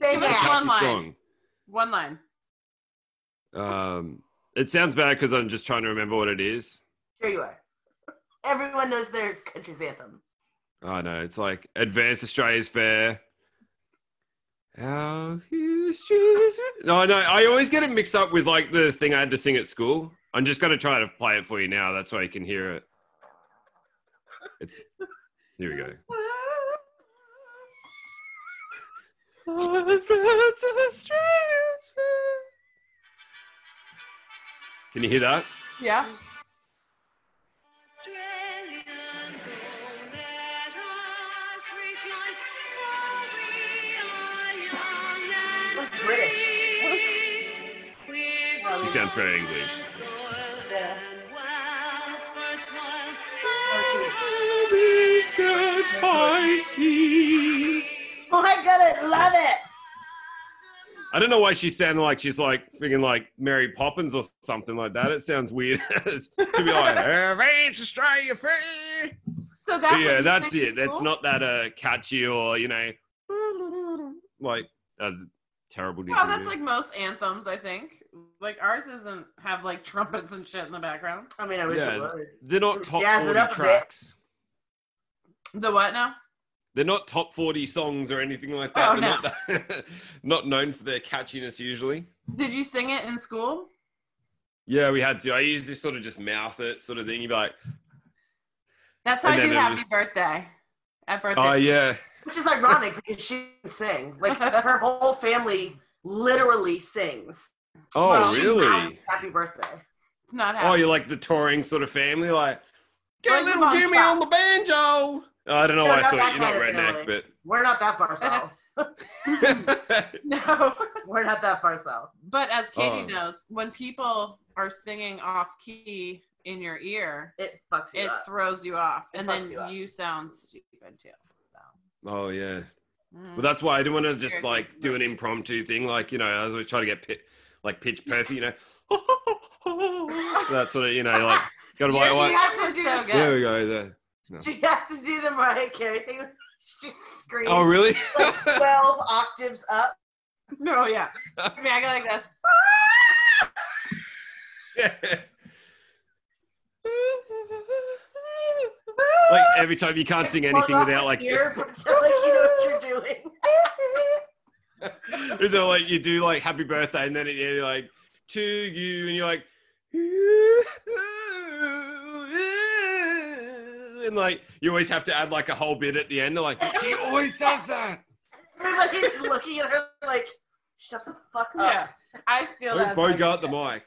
that. One catchy line. song. One line. Um, it sounds bad because I'm just trying to remember what it is. Sure you are. Everyone knows their country's anthem. I know it's like Advanced Australia's Fair. Our history is writ- No, no, I always get it mixed up with like the thing I had to sing at school. I'm just gonna try to play it for you now. That's why you can hear it. It's here we go. Can you hear that? Yeah. Australians, oh, let us rejoice, for we are young and Look, British. free. We've You sound very English. soil Yeah. and wealth for toil. Oh my god, I love it. I don't know why she sounded like she's like freaking like Mary Poppins or something like that. It sounds weird to be like "Eh, Ranch Australia Fair. So But that's what yeah, you that's sang it. at That's school? not that uh catchy or you know like that's terrible. to Well, even that's do. like most anthems, I think. Like ours doesn't have like trumpets and shit in the background. I mean, I wish Yeah. it would. they're not top Jazz it forty up a bit. tracks. The what now? They're not top forty songs or anything like that. Oh, they're not that, not known for their catchiness usually. Did you sing it in school? Yeah, we had to. I usually sort of just mouth it sort of thing. You'd be like, That's how And I do then it Happy was- Birthday. At birthday. oh yeah. Which is ironic because she can sing. Like her whole family literally sings. Oh Well, she really? Happy, happy birthday. It's not Oh, happy. you're like the touring sort of family, like get Like little Bon Jimmy Scott. on the banjo. Oh, I don't know No, why I not thought that you're not kind of redneck, We're not that far south. but no. We're not that far south. But as Katie Oh. knows, when people are singing off key in your ear, It fucks you it up. throws you off, It and fucks then you up. you sound stupid too. oh yeah. Mm. Well, that's why I didn't want to just Sure. like do an impromptu thing, like you know, I was always trying to get pit, like pitch perfect, you know, that sort of, you know, like got to Yeah, buy she one. has to do So good. There we go. There. She has to do the Mariah Carey thing. She screams Oh really? like twelve octaves up. No, yeah. I mean, I go like this. like every time you can't sing anything without like here, pretend like you know what you're doing. Is it like you do like happy birthday and then at the end you're like to you and you're like and like you always have to add like a whole bit at the end. They're like she always does that. Everybody's looking at her like, shut the fuck up. Yeah, I steal Don't that. bogart the mic.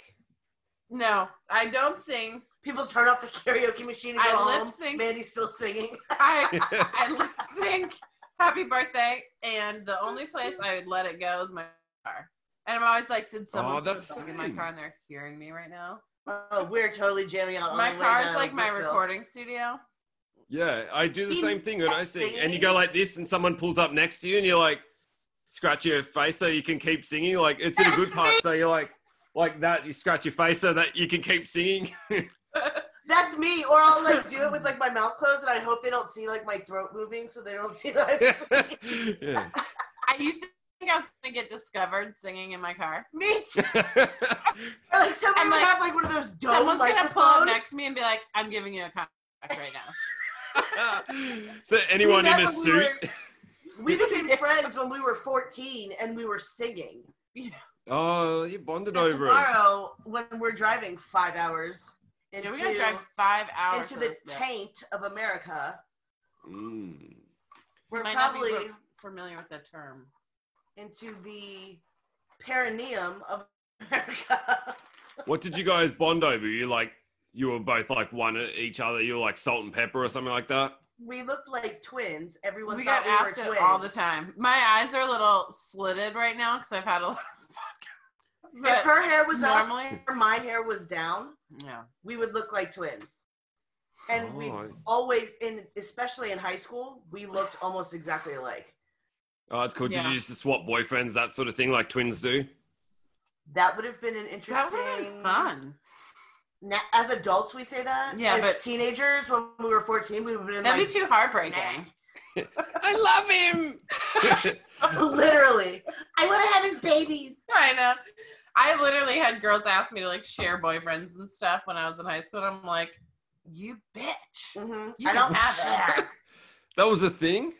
No, I don't sing. People turn off the karaoke machine and go I home. lip sync. Mandy's still singing. I I lip sync "Happy Birthday," and the only place I would let it go is my car. And I'm always like, "Did someone Oh, put a that's song in my same. car and they're hearing me right now?" Oh, we're totally jamming out. on my the way car is down like my Brookville. recording studio. yeah, I do the He- same thing when I that's sing. And you singing. go like this and someone pulls up next to you and you're like scratch your face so you can keep singing. Like it's in a good part. So you're like like that, you scratch your face so that you can keep singing. That's me. Or I'll like do it with like my mouth closed and I hope they don't see like my throat moving so they don't see that I'm singing. Yeah. I used to think I was gonna get discovered singing in my car. Me too. Or, like somebody I'm would like, have like one of those dome Someone's gonna pull up microphones. next to me and be like, "I'm giving you a contract right now." so anyone in a Remember we suit? were- We became friends when we were 14 and we were singing. Oh, you bonded So over it. tomorrow, when we're driving five hours into, Yeah, we gotta drive five hours into for the this bit. taint of America, Mm. we're might not be probably re- familiar with the term. into the perineum of America. What did you guys bond over? You like you were both like one at each other. You were like salt and pepper or something like that. we looked like twins. Everyone we thought got we were asked twins it all the time. My eyes are a little slitted right now because I've had a lot of If vodka. her hair But was up normally, or my hair was down, yeah. we would look like twins. And we Oh. always, in especially in high school, we looked almost exactly alike. Oh, it's cool. Did Yeah. you used to swap boyfriends, that sort of thing, like twins do? That would have been an interesting. That would have been fun. Na- as adults, we say that. Yeah, as but- teenagers, when we were fourteen, we would have been That'd like, be too heartbreaking. I love him. Literally. I want to have his babies. I know. I literally had girls ask me to like share boyfriends and stuff when I was in high school. And I'm like, you bitch. Mhm. You I don't have share. that. that was a thing.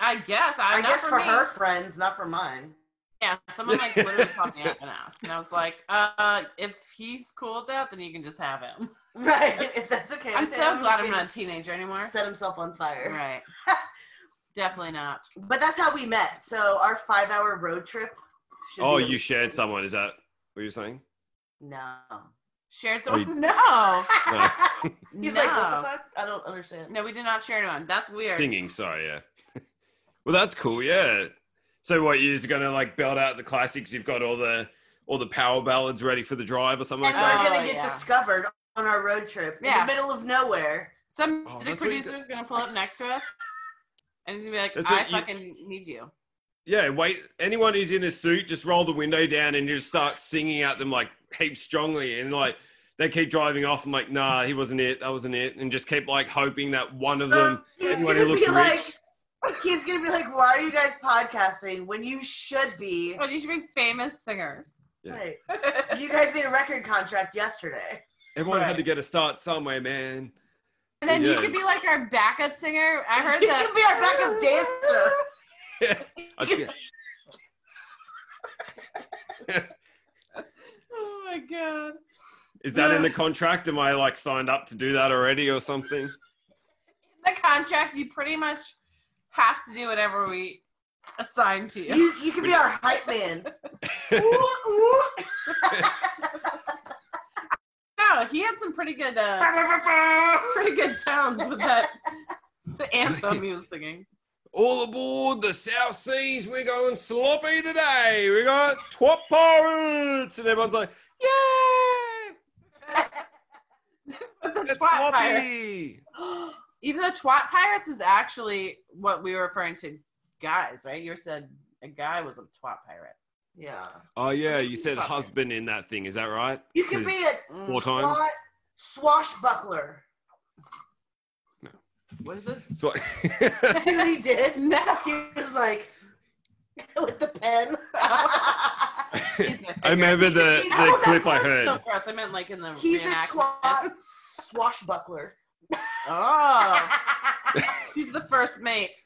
I guess. I, I not guess for, me. her friends, not for mine. Yeah, someone like literally called me up and asked, and I was like, "Uh, if he's cool with that, then you can just have him." Right. If that's okay. I'm with so him, glad he I'm can not a teenager anymore. Set himself on fire. Right? Definitely not. But that's how we met. So our five hour road trip. should Oh, be- you shared someone. Is that what you're saying? No. Shared Oh, someone? you- no, He's no, like, what the fuck? I don't understand. no. We did not share anyone. That's weird. Singing. Sorry. Yeah. well, that's cool. Yeah. So what? You're just gonna like belt out the classics. You've got all the all the power ballads ready for the drive or something And like uh, that. we're going Oh, to get yeah. discovered on our road trip in Yeah. the middle of nowhere. Some Oh, music that's what you producer is gonna pull up next to us, and he's gonna be like, That's "I what you- fucking need you." Yeah. Wait. Anyone who's in a suit, just roll the window down and you just start singing at them like heaps strongly and like. They keep driving off. I'm like, nah, he wasn't it. That wasn't it. And just keep like hoping that one of them He's going Anyone who to looks be like, he's going to be like, why are you guys podcasting when you should be? Well, Oh, you should be famous singers. Yeah. Right. You guys did a record contract yesterday. Everyone Right. had to get a start somewhere, man. And then you Yeah. could be like our backup singer. I heard you that. can be our backup dancer. I forget- Oh my god. Is that in the contract? Am I like signed up to do that already or something? In the contract, you pretty much have to do whatever we assign to you. You, you can be our hype man. No, Oh, he had some pretty good, uh, pretty good tones with that the anthem he was singing. All aboard the South Seas. We're going sloppy today. We got twop pirates. And everyone's like, yay, But the it's twat pirates, sloppy. even though twat pirates is actually what we were referring to, guys, right? You said a guy was a twat pirate. yeah. Oh, yeah. You said Fuck. husband in that thing. Is that right? You can be a Mm, Four times. twat swashbuckler. What is this? So- See what he did? No. He was like, with the pen. Excuse me. I remember the, No, the that clip I sounds So heard. gross. I meant like in the. He's a reenactment. twat swashbuckler. Oh, he's the first mate.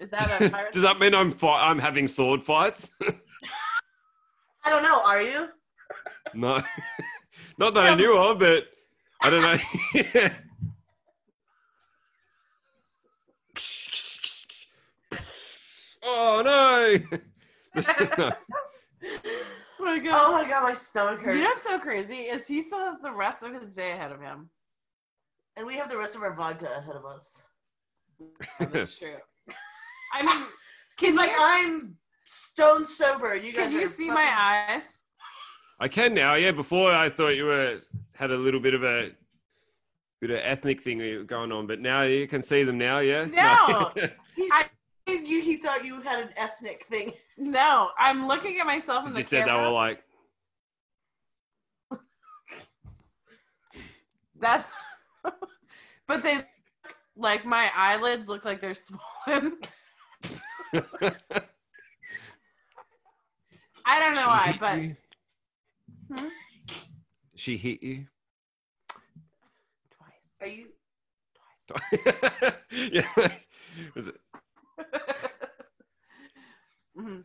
Is that a pirate? Does that mean I'm fi- I'm having sword fights? I don't know. Are you? No, not that I knew of, but I don't know. oh no! No. oh Oh my god! my god, my stomach hurts. Oh, Do you know what's so crazy? Is he still has the rest of his day ahead of him? and we have the rest of our vodka ahead of us. Oh, that's true. I mean, He's can like, you, I'm stone sober. You guys can you are see fucking- my eyes? I can now. Yeah, before I thought you were had a little bit of a bit of ethnic thing going on, but now you can see them now. Yeah. No. He's, I- you, he thought you had an ethnic thing. No, I'm looking at myself in the you said they camera. were like, That's. but they, like my eyelids look like they're swollen. I don't know why, but Hmm? she hit you. Are twice. you? Twice. yeah. Was it? Mhm.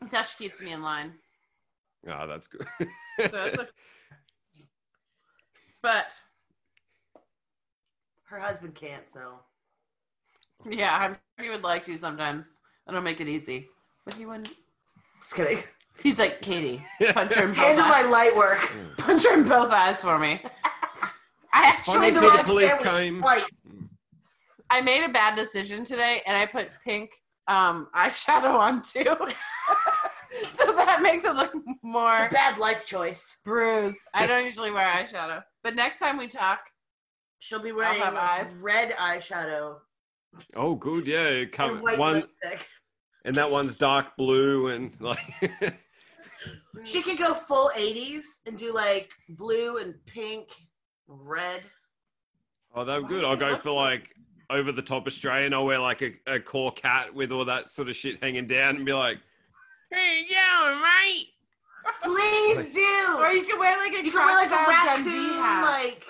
That's how she keeps me in line. Ah, that's good. So that's okay. But Her husband can't, so. yeah, I'm sure he would like to sometimes. I don't make it easy, but he wouldn't. Just kidding. He's like Katie, punch her in both Handle my eyes. light work. Punch her in both eyes for me. I actually, Funny Try till the light police sandwich came. twice. I made a bad decision today, and I put pink um, eyeshadow on too, so that makes it look It's a more bad life choice. bruised. I don't usually wear eyeshadow, but next time we talk, She'll be wearing have eyes. red eyeshadow Oh, good. Yeah, come and white one, lipstick. and that one's dark blue and like. She could go full 80s and do like blue and pink, red. oh, they're good. I'll go for like over the top Australian. I'll wear like a, a core cat with all that sort of shit hanging down and be like, hey, yeah, mate. Please do. Or you can wear like a you can wear crocodile like a Dundee raccoon, hat. like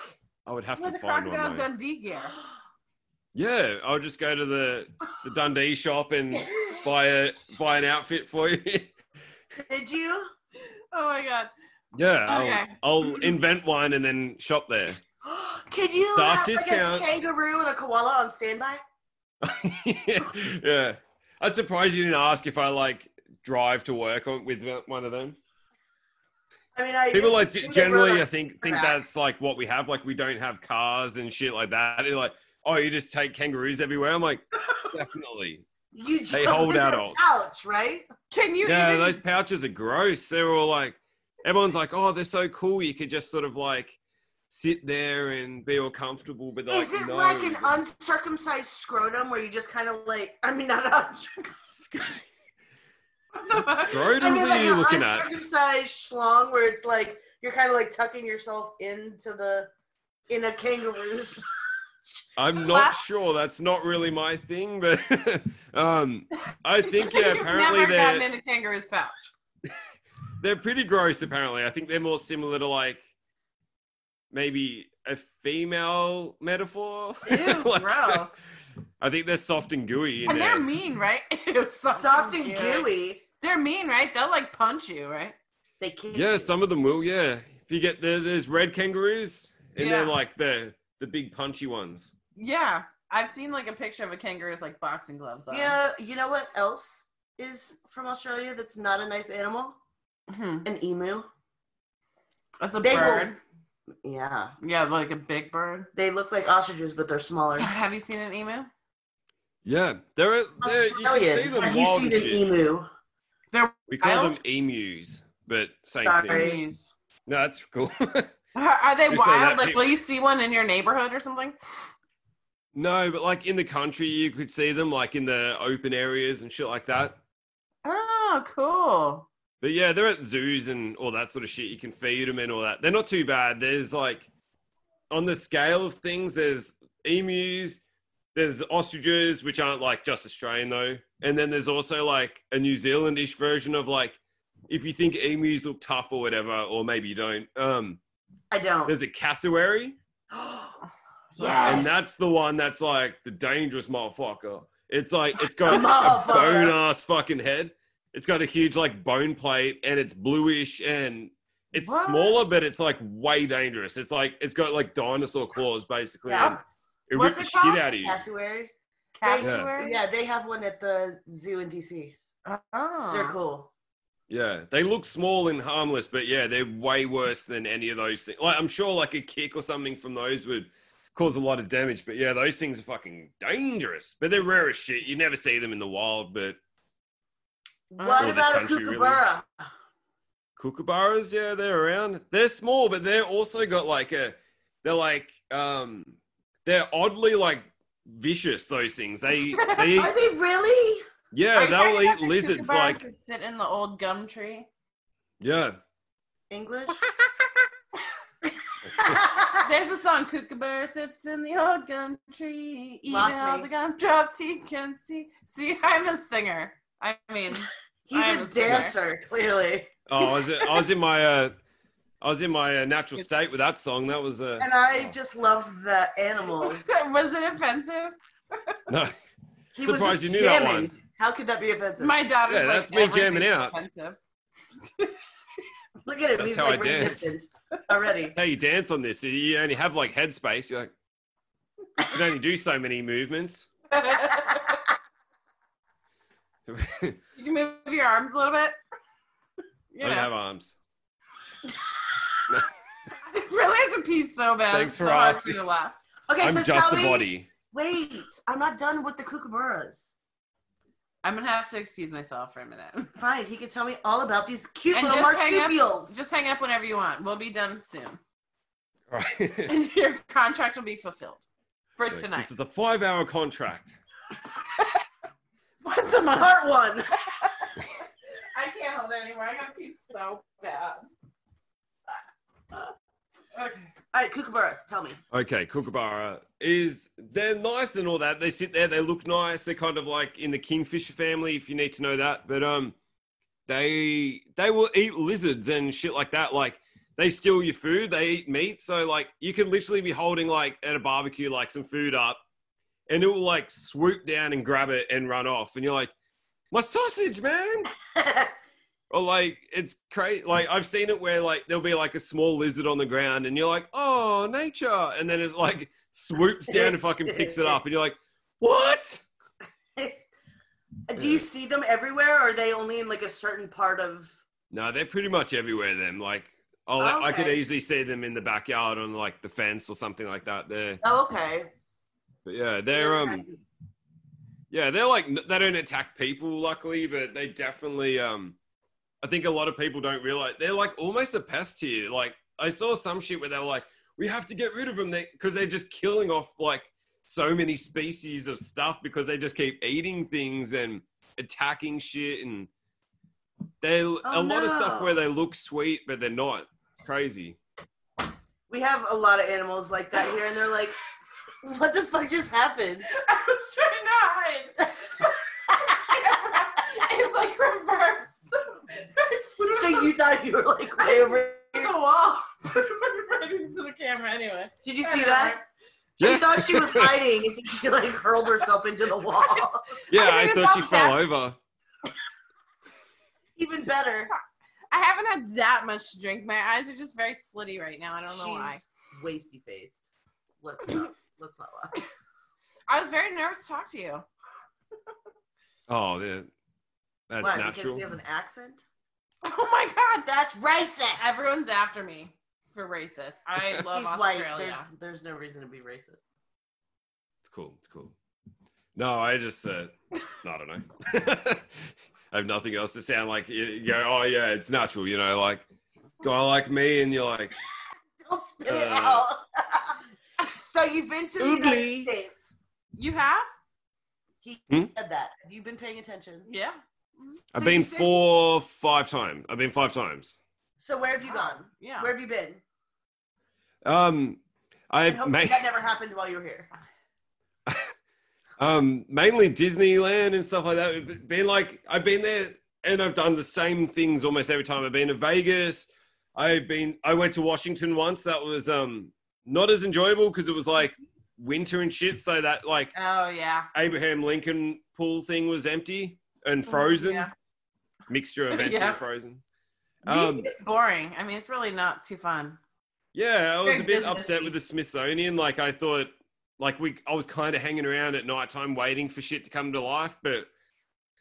I would have Wear to the find one. crocodile Though. Dundee gear. Yeah, I'll just go to the, the Dundee shop and buy a buy an outfit for you. did you? Oh my god. yeah, I'll, Okay. I'll invent one and then shop there. Can you have like Staff a discount. kangaroo and a koala on standby? yeah, I'm surprised you didn't ask if I like drive to work on, with one of them. I mean, I People just- like people generally, were I like, think think back. that's like what we have. Like we don't have cars and shit like that. They're like, oh, you just take kangaroos everywhere. I'm like, definitely. you jump hold in their adults. Ouch! Right? Can you yeah, even those pouches are gross. They're all like, everyone's like, oh, they're so cool. You could just sort of like sit there and be all comfortable. But they're Is it no. like an uncircumcised scrotum where you just kind of like? I mean, not uncircumcised. what the fuck? scrotums I mean, are like you an looking at? uncircumcised schlong where it's like you're kind of like tucking yourself into the in a kangaroo's. I'm Wow. not sure. That's not really my thing, but um, I think yeah. You've Apparently never gotten they're in a kangaroo's pouch. they're pretty gross. Apparently, I think they're more similar to like maybe a female metaphor. Ew, Like, gross. I think they're soft and gooey. In And there. they're mean, right? Ew, soft, soft and gooey. They're mean, right? They'll like punch you, right? They can't. Yeah, some of them will. Yeah, if you get the there's red kangaroos, and they're Yeah. like the the big punchy ones. Yeah. I've seen like a picture of a kangaroo with like boxing gloves on. Yeah, you know what else is from Australia that's not a nice animal? Mhm. An emu. That's a They will- bird. Yeah, Yeah, like a big bird. they look like ostriches, but they're smaller. Have you seen an emu? Yeah, they're, they're you can Australian. see them Have you wild seen and an shit. emu? We call wild? them emus, but same Sorry. thing. Emus. No, that's cool. Are, are they Just so that wild? Like, people- will you see one in your neighborhood or something? no, but like in the country, you could see them like in the open areas and shit like that. Oh, cool. But yeah, they're at zoos and all that sort of shit. You can feed them and all that. They're not too bad. There's like, on the scale of things, there's emus, there's ostriches, which aren't like just Australian though. And then there's also like a New Zealandish version of like, if you think emus look tough or whatever, or maybe you don't. Um, I don't. there's a cassowary, yes. and that's the one that's like the dangerous motherfucker. It's like it's got a Motherfucker. bone ass fucking head. It's got a huge like bone plate, and it's bluish, and it's What? smaller, but it's like way dangerous. It's like it's got like dinosaur claws basically. Yeah. and It What's rips the it called? shit out of you. cassowary. Cassowary. Yeah, they have one at the zoo in DC. Oh. They're cool. Yeah, they look small and harmless, but yeah, they're way worse than any of those things. Like I'm sure like a kick or something from those would cause a lot of damage, but yeah, those things are fucking dangerous. But they're rare as shit. You never see them in the wild, but What Or Oh, the about a country, really. kookaburra? kookaburras yeah they're around they're small but they're also got like a they're like um they're oddly like vicious those things they they Are they really? yeah Are you talking they'll about eat the lizards kookaburras like that sit in the old gum tree. yeah English? There's a song, Kookaburra sits in the old gum tree, eating Lost all me. the gumdrops he can see. See, I'm a singer. I mean, He's a I'm sorry. dancer, clearly. oh I was, I was in my uh I was in my uh, natural state with that song that was uh And I just love the animals. was it offensive? no He Surprised just you knew that jamming. How could that be offensive? My daughter's Yeah, like, that's me "Everything's jamming out." Offensive. Look at it. That's He's how like I dance. resistant already. how you dance on this you only have like headspace you're like you can only do so many movements You can move your arms a little bit. I You don't know. have arms I really have to pee so bad. Thanks It's for so hard asking. me to laugh. Okay, I'm so just tell a me. body Wait, I'm not done with the kookaburras. I'm gonna have to excuse myself for a minute. Fine, he can tell me all about these cute And little just hang up- marsupials. Just hang up whenever you want. We'll be done soon, All right. and your contract will be fulfilled for Like, tonight. This is a five hour contract. Once a month. Part one. I can't hold it anymore. I gotta pee so bad. Okay. All right, Kookaburras, tell me. Okay, Kookaburra is they're nice and all that. They sit there, they look nice. They're kind of like in the kingfisher family, if you need to know that. But um, they they will eat lizards and shit like that. Like they steal your food, they eat meat. So like you can literally be holding like at a barbecue like some food up, and it will like swoop down and grab it and run off. And you're like, my sausage, man. Or like it's crazy. Like I've seen it where like there'll be like a small lizard on the ground, and you're like, "Oh, nature!" And then it's like swoops down and fucking picks it up, and you're like, "What?" Uh, Do you see them everywhere, or are they only in like a certain part of? No, they're pretty much everywhere. Them like, oh, like, I could Okay. easily see them in the backyard on like the fence or something like that. There, Oh, okay. but yeah, they're um, yeah, they're like n- they don't attack people, luckily, but they definitely um, I think a lot of people don't realize they're like almost a pest here. Like I saw some shit where they were like, we have to get rid of them because they're just killing off like so many species of stuff because they just keep eating things and attacking shit and they a lot of stuff no. where they look sweet but they're not. It's crazy. we have a lot of animals like that here, and they're like, "What the fuck just happened?" I was trying to hide. it's like reverse. I flew So you thought you were like way over over here? the wall, right into the camera. Anyway, Did you see that? She Yeah. thought she was hiding, and she like hurled herself into the wall. Yeah, I I, think it thought she sounds fell over. Even better. I haven't had that much to drink. My eyes are just very slitty right now. I don't know why. She's wasty faced. Let's not. Let's not lie. I was very nervous to talk to you. Oh, yeah. That's Why? Because natural. he has an accent. Oh my god, That's racist. everyone's after me for racist. I love He's white. Australia. There's, there's no reason to be racist. It's cool. It's cool. No, I just, uh, I don't know. I have nothing else to sound like, you you go, oh, yeah, it's natural, you know, like, guy like me, and you're like, Don't spit it Uh, out. so you've been to the Oogly. United States. You have? He Hmm? said that. Have you been paying attention? Yeah. I've So been you said- four, five times. I've been five times. So where have you gone? Yeah. Where have you been? Um, I And hopefully ma- that never happened while you were here. um, mainly Disneyland and stuff like that. It's Been like, I've been there and I've done the same things almost every time. I've been to Vegas. I've been, I went to Washington once. That was, um, not as enjoyable because it was like winter and shit. So that, like, Oh yeah. Abraham Lincoln pool thing was empty Mm, and frozen. Yeah. Mixture of empty Yeah. and frozen. DC Um, is boring. I mean, it's really not too fun. Yeah, I was Very a bit businessy. upset with the Smithsonian. Like I thought, like we, I was kind of hanging around at night time waiting for shit to come to life, but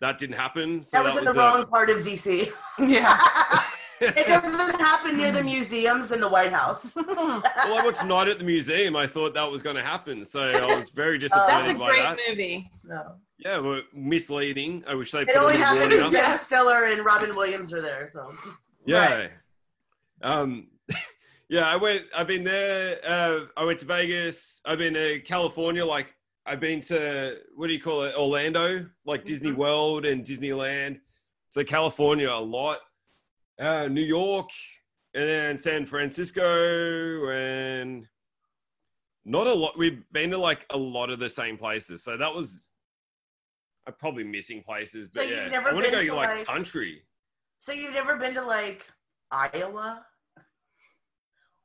that didn't happen. So that was in the a- wrong part of DC. Yeah. it doesn't happen near the museums and the White House. That's well, I watched Night at the Museum. I thought that was going to happen, so I was very disappointed Oh. That's a by great that. movie. No. Yeah, well, misleading. I wish they It put a only little happened warning because up. Ben Stiller and Robin Williams were there. So Yeah. Um, yeah, I went, I've been there. Uh, I went to Vegas. I've been to California. Like, I've been to, what do you call it? Orlando, like Disney Mhm. World and Disneyland. So, California a lot. Uh, New York and then San Francisco and not a lot. We've been to like a lot of the same places. So, that was, I'm probably missing places, So but you've yeah, never I want to been go to, like like- country. So you've never been to like Iowa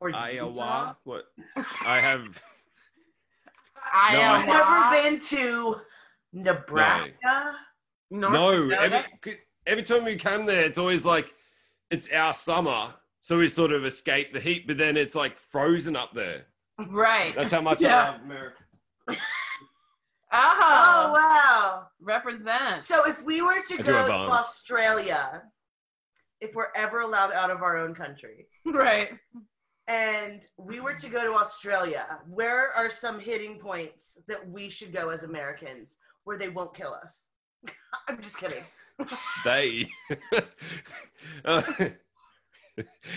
or Utah? Iowa. What? I have. Iowa. I've never been to Nebraska. North No. Dakota? Every, every time we come there, it's always like it's our summer, so we sort of escape the heat. But then it's like frozen up there. Right. That's how much Yeah. I love America. Oh Oh, wow! represent. So if we were to do go to have arms. Australia, if we're ever allowed out of our own country, Right. and we were to go to Australia, where are some hitting points that we should go as Americans where they won't kill us? I'm just kidding. They. Uh,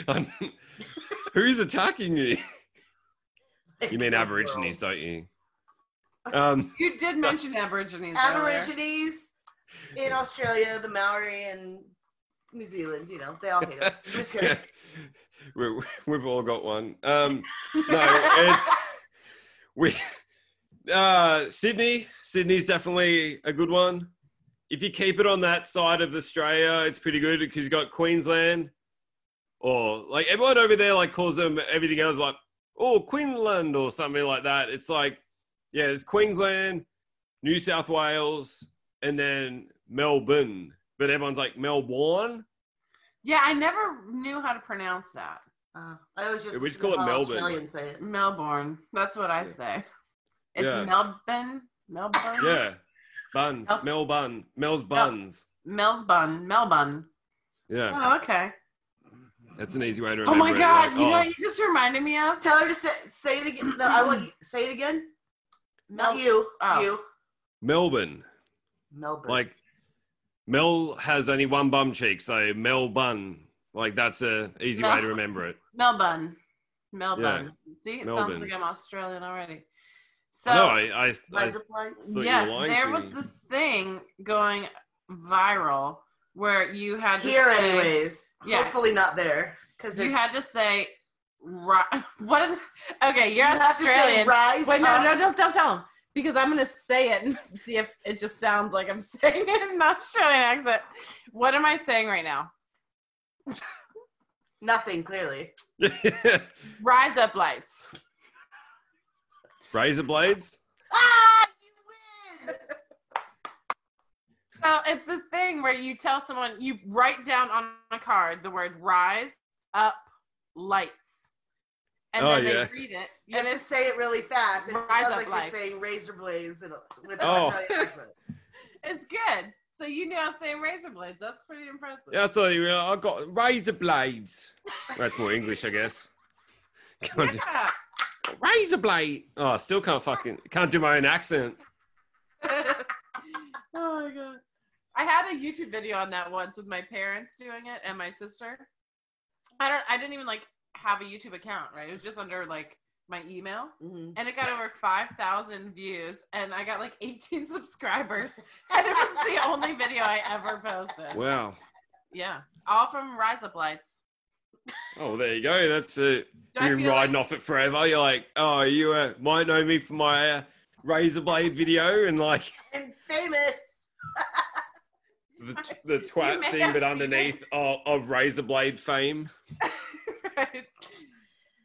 I'm- who's attacking you? You mean Aborigines, don't you? Um, You did mention Aborigines. earlier. Aborigines in Australia, the Maori and New Zealand, you know, they all hate us. I'm just kidding. we, we've all got one. Um, no, it's we. Uh, Sydney, Sydney's definitely a good one. If you keep it on that side of Australia, it's pretty good because you got Queensland, or like everyone over there like calls them everything else like oh Queensland or something like that. It's like yeah, it's Queensland, New South Wales, and then Melbourne. But everyone's like Melbourne. Yeah, I never knew how to pronounce that. Uh, I always just We just call it how Melbourne. Australians say it. Melbourne. That's what I Yeah. say. It's Yeah. Melbourne. Melbourne. Yeah, bun, Mel- Mel bun, Oh. Mel's buns. Melbourne. Melbourne. Yeah, Oh, okay. that's an easy way to Oh remember. my it, God! like, You know oh. what you just reminded me of? Tell her to say, say it again. No, I want you say it again. Not you. Oh. You. Melbourne. Melbourne. Like Mel has only one bum cheek, so Mel bun. Like that's a easy way Mel- to remember it. Melbourne. Melbourne. See, it Melbourne. sounds like I'm Australian already. So no, I, I, I Liza Blanks. you were yes, lying there to was me. this thing going viral where you had to Here, say- anyways. Yeah. Hopefully not there, because You had to say, ri- what is? Okay, you're you have to say Australian. rise Wait, no, up. no, don't, don't tell him because I'm gonna say it and see if it just sounds like I'm saying it in an Australian accent. What am I saying right now? Nothing clearly. Rise up, lights. razor blades. Ah, you win. So it's this thing where you tell someone you write down on a card the word "rise up, lights," and Oh, then yeah. they read it, You and have to it's say it really fast. It Rise sounds up, like lights. you're saying razor blades and with Oh. Australian accent. it's good. So you knew I was saying razor blades. That's pretty impressive. Yeah, I thought you were. I got razor blades. That's more English, I guess. Can't Yeah. do, razor blade. Oh, I still can't fucking can't do my own accent. oh my god. I had a YouTube video on that once with my parents doing it and my sister. I don't I didn't even like have a YouTube account, right? It was just under like my email. Mhm. And it got over five thousand views and I got like eighteen subscribers. And it was the only video I ever posted. Wow. Yeah. All from Rise Up Lights. Oh, there you go. That's it. Do I You're feel riding like- off it forever. You're like, oh, you uh, might know me for my uh, razor blade video and like I'm famous. the, t- the twat may thing, have but seen underneath of, of razor blade fame. Right.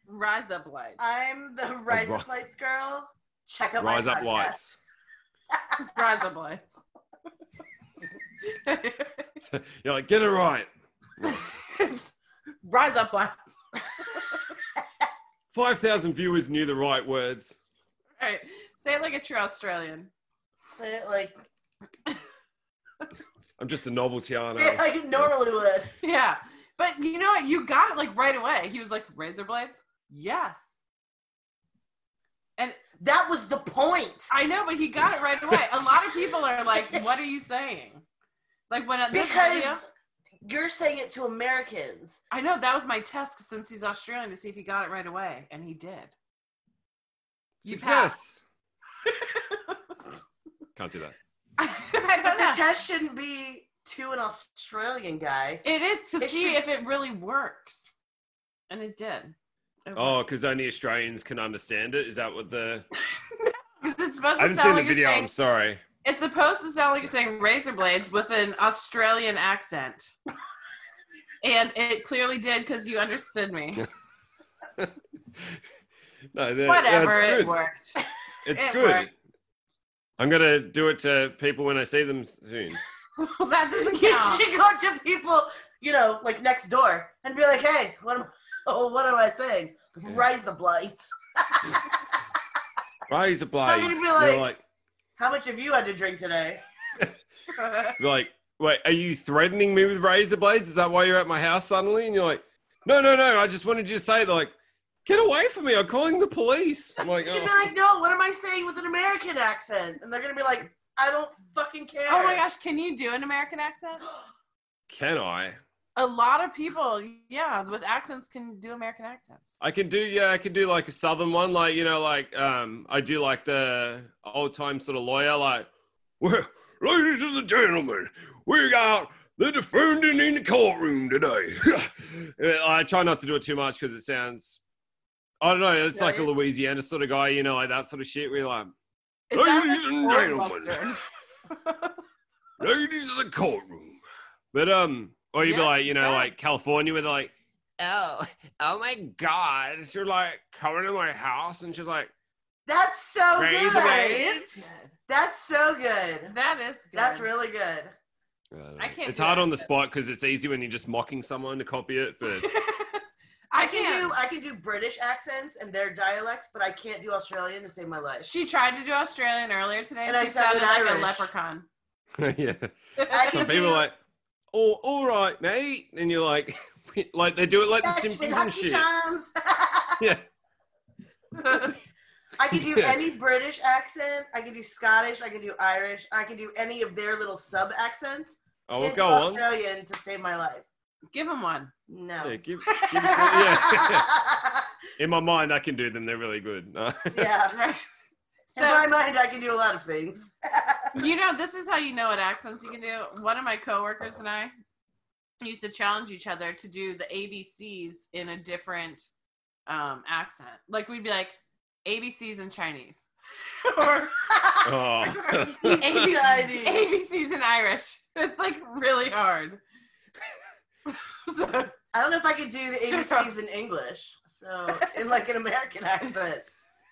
Rise Up Lights. I'm the Rise ri- Up Lights girl. Check out Rise my Up podcast. Lights. Rise Up Lights. You're like, get it right. Rise Up Lights. Five thousand viewers knew the right words. All right. Say it like a true Australian. Say it like, I'm just a novelty, aren't say it I? like it normally would. Yeah. But you know what? You got it like right away. He was like, razor blades? Yes. That was the point. I know, but he got it right away. A lot of people are like, what are you saying? Like when uh, this video, Because you're saying it to Americans. I know that was my test since he's Australian to see if he got it right away. And he did. You Success. Can't do that. I But don't the know. test shouldn't be to an Australian guy. It is to It see should- if it really works. And it did. It Oh, because only Australians can understand it. Is that what the? Because it's supposed I to haven't sound seen like the you're video. saying- I'm sorry. It's supposed to sound like you're saying razor blades with an Australian accent. and it clearly did because you understood me. No, that, Whatever, that's it good. worked. It's It good. worked. I'm gonna do it to people when I see them soon. Well, that doesn't You count. should go to people, you know, like next door and be like, hey, what am, oh, what am I saying? Rise the blights. Razor gonna blades. be You're like- like, How much have you had to drink today? you're like, wait, are you threatening me with razor blades? Is that why you're at my house suddenly? And you're like, no, no, no. I just wanted you to say, it." They're like, get away from me. I'm calling the police. I'm like, You should "Oh." be like, no, what am I saying with an American accent? And they're going to be like, I don't fucking care. oh my gosh, can you do an American accent? can I? A lot of people, yeah, with accents can do American accents. I can do yeah, I can do like a southern one, like you know, like um, I do like the old time sort of lawyer, like, well, ladies and gentlemen, we got the defendant in the courtroom today. I try not to do it too much because it sounds, I don't know, it's like a Right. Louisiana sort of guy, you know, like that sort of shit. We're like, It sounds Ladies like and Old gentlemen. Western. ladies of the courtroom. But, um, or you'd be Yeah, like, you know, yeah. like California where they're like, oh, oh my God. You're like coming to my house and she's like, That's so Raise good. raise. That's so good. that is good. That's really good. I, don't I know. can't It's do hard that on the shit. spot because it's easy when you're just mocking someone to copy it. But I, can do I can do British accents and their dialects, but I can't do Australian to save my life. She tried to do Australian earlier today, and, And I she sounded sounded like Irish. a leprechaun. yeah, I some can people do- are like, "Oh, all right, mate," and you're like, like they do it like the Catch me Simpsons and lucky shit. charms. Yeah, I can do Yeah. any British accent. I can do Scottish. I can do Irish. I can do any of their little sub accents. oh, Can't well, do go on. Australian to save my life. Give him one. No. Yeah, give, give us some- yeah. In my mind, I can do them. They're really good. Oh. No. yeah. Right. In my So mind, I can do a lot of things. you know, this is how you know what accents you can do. One of my coworkers and I used to challenge each other to do the ABCs in a different um, accent. Like we'd be like ABCs in Chinese, or oh. Chinese. ABCs in Irish. It's like really hard. so I don't know if I could do the ABCs in English. So, in like an American accent,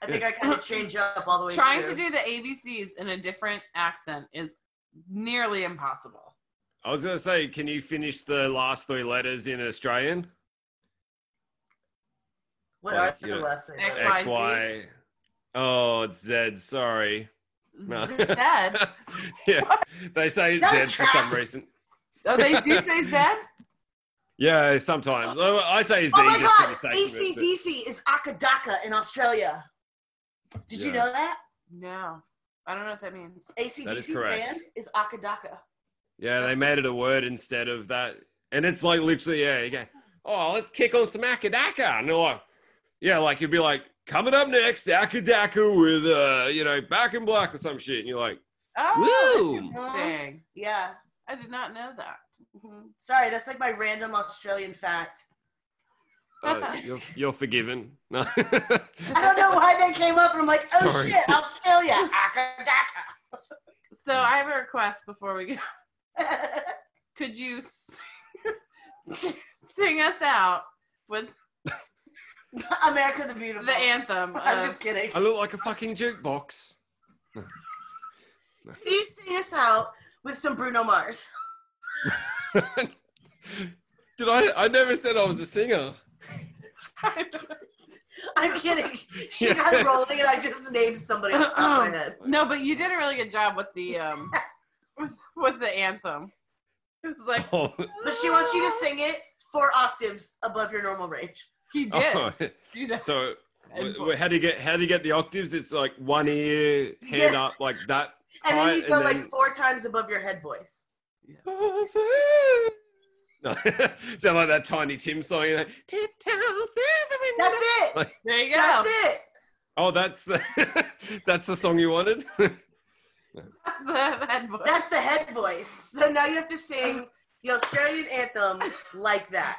I think I kind of change up all the way. trying to through. do the ABCs in a different accent is nearly impossible. I was gonna say, can you finish the last three letters in Australian? What are like, the you know, last things? X, X Y, Z. Y. Oh, it's Z. Sorry. No. Zed. yeah, they say Not a Z for some trap. reason. Oh, they do say Zed? Yeah, sometimes Oh, I say Z. Oh my just for god, the sake of it, ACDC is Akadaka in Australia. Did you Yeah. know that? No. I don't know what that means. ACDC That is correct. band is Akadaka. but- yeah, they made it a word instead of that, and it's like literally, yeah. You go, oh, let's kick on some akadaka. No, I- yeah, like you'd be like, coming up next, akadaka with uh, you know, back in black or some shit, and you're like, Oh, Woo! interesting. Yeah. I did not know that. Mhm. Sorry, that's like my random Australian fact. uh, you're, you're forgiven. No. I don't know why they came up and I'm like, oh Sorry. shit, Australia, Akadaka. So Hmm. I have a request before we go. I Could you s- sing us out with America the Beautiful. the uh, anthem? I'm of- just kidding. I look like a fucking jukebox. Can you sing us out with some Bruno Mars? Did I? I never said I was a singer. I'm kidding. She Yeah. got rolling and I just named somebody off the top of my head. no, but you did a really good job with the um with, with the anthem. It was like "Ah." Oh, But she wants you to sing it four octaves above your normal range. He did oh. do that. So And w- w- how do you get how do you get the octaves? It's like one ear, hand Yeah. up, like that. And then Alright, you go and like then- four times above your head voice. No. Sound like that Tiny Tim song. You know? Tiptoe through the window. That's it. there you go. That's it. Oh, that's the, that's the song you wanted. That's the head voice. That's the head voice. So now you have to sing the Australian anthem like that.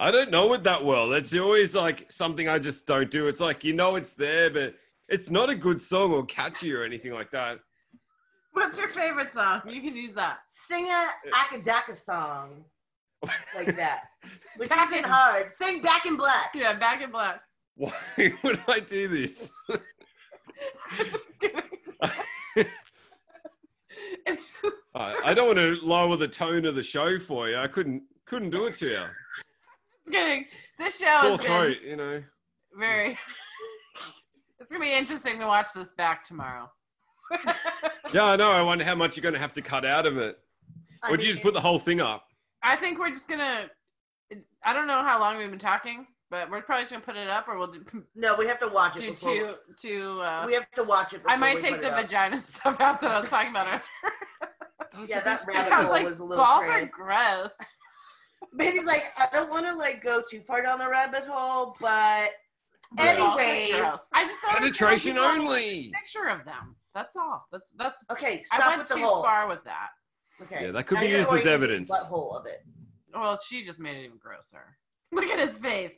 I don't know it that well. It's always like something I just don't do. It's like you know it's there, but it's not a good song or catchy or anything like that. What's your favorite song? You can use that. Sing a Akadaka song like that, which Back isn't in- hard. Sing Back in Black. Yeah, Back in Black. Why would I do this? Just kidding. I, I don't want to lower the tone of the show for you. I couldn't couldn't do it to you. Just kidding. This show Sore is throat, you know. very. it's gonna be interesting to watch this back tomorrow. Yeah, I know. I wonder how much you're going to have to cut out of it. I Would you just put the whole thing up? I think we're just gonna. I don't know how long we've been talking, but we're probably just gonna put it up, or we'll do, No, we have to watch it do before. two two. Uh, we have to watch it. Before I might we take put the it up. vagina stuff out that I was talking about. earlier. Yeah, that rabbit I was hole like, was a little. balls are crazy. gross. Mandy's like, I don't want to like go too far down the rabbit hole, but Yeah. anyways. I just don't Penetration understand why people only. have a Picture of them. That's all. That's that's. Okay, I stop went with the too hole. far with that. Okay. Yeah, that could Now be you're used going as into the evidence. Butthole of it. Well, she just made it even grosser. Look at his face.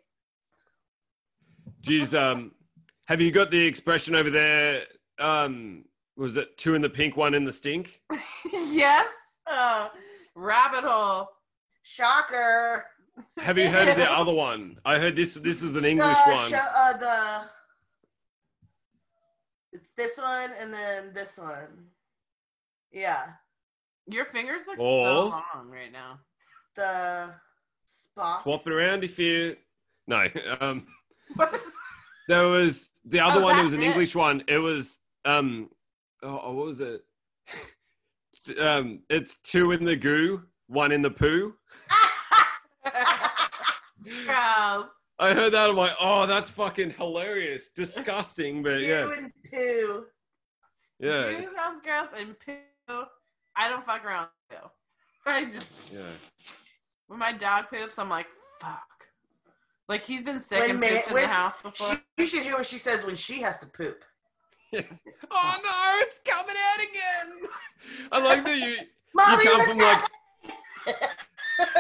Jeez, um, have you got the expression over there? Um, was it two in the pink, one in the stink? yes. Uh, rabbit hole. Shocker. Have you heard of the other one? I heard this. This is an English the one. Show, uh, the. It's this one and then this one. Yeah. Your fingers look Oh. so long right now. The spot. Swap it around if you. No, um, What is there was the other Oh, one. It was that's an it. English one. It was um, oh, oh, what was it? um, it's two in the goo, one in the poo. Gross. I heard that. I'm like, oh, that's fucking hilarious, disgusting, but Two yeah, and two. yeah, Poo sounds gross and poo. I don't fuck around with poo. I just yeah. when my dog poops, I'm like, fuck. Like he's been sick Wait a and minute, pooped in wait- the house She, before. you should hear what she says when she has to poop. Oh no, it's coming out again. I like that you you Mommy, come look from at- like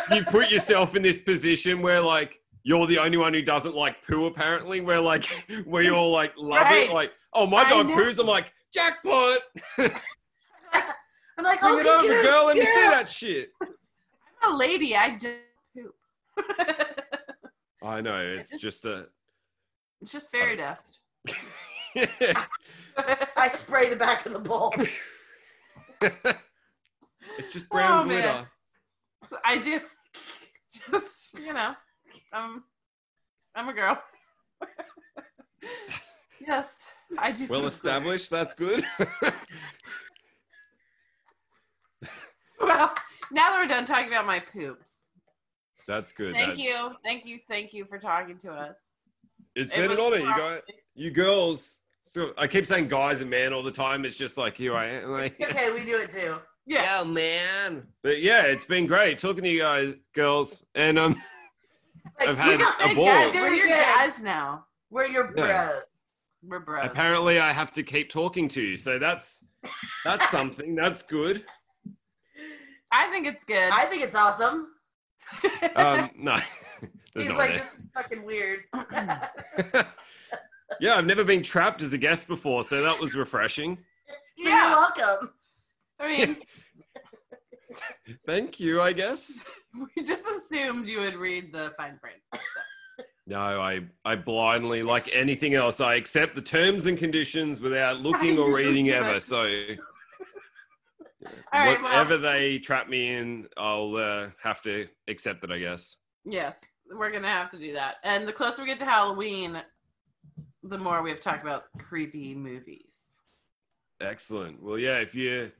you put yourself in this position where like you're the only one who doesn't like poo apparently where like we all like love Right. it like oh my I dog know. Oh, poos i'm like jackpot I'm like, bring oh, it look over at her, girl let me see yeah. that shit I'm a lady. I do poop. i know it's just a it's just fairy dust. it's I spray the back of the bowl. just brown Oh, man. glitter I do. Just you know, um, I'm a girl. yes, I do. well poop. established that's good Well, now that we're done talking about my poops, that's good thank that's- you, thank you, thank you for talking to us. it's It been an was honor you fun. guys you girls so i keep saying guys and man all the time it's just like here i am like okay, we do it too. Yeah, Oh man. But yeah, it's been great talking to you guys, girls. And um, Like, I've we had got- a Hey, ball. guys, We're we're your good. guys now. We're your bros. Yeah. We're bros. apparently I have to keep talking to you, so that's that's something. That's good. I think it's good. I think it's awesome. Um, no, there's He's no like, way. this is fucking weird. yeah, I've never been trapped as a guest before, so that was refreshing. So Yeah. you're welcome. I mean, Thank you, I guess. we just assumed you would read the fine print. No, I I blindly like anything else. I accept the terms and conditions without looking or reading ever. So All right, well, whatever they trap me in, I'll uh, have to accept it, I guess. yes, we're gonna have to do that. And the closer we get to Halloween, the more we have to talk about creepy movies. Excellent. Well, yeah, if you.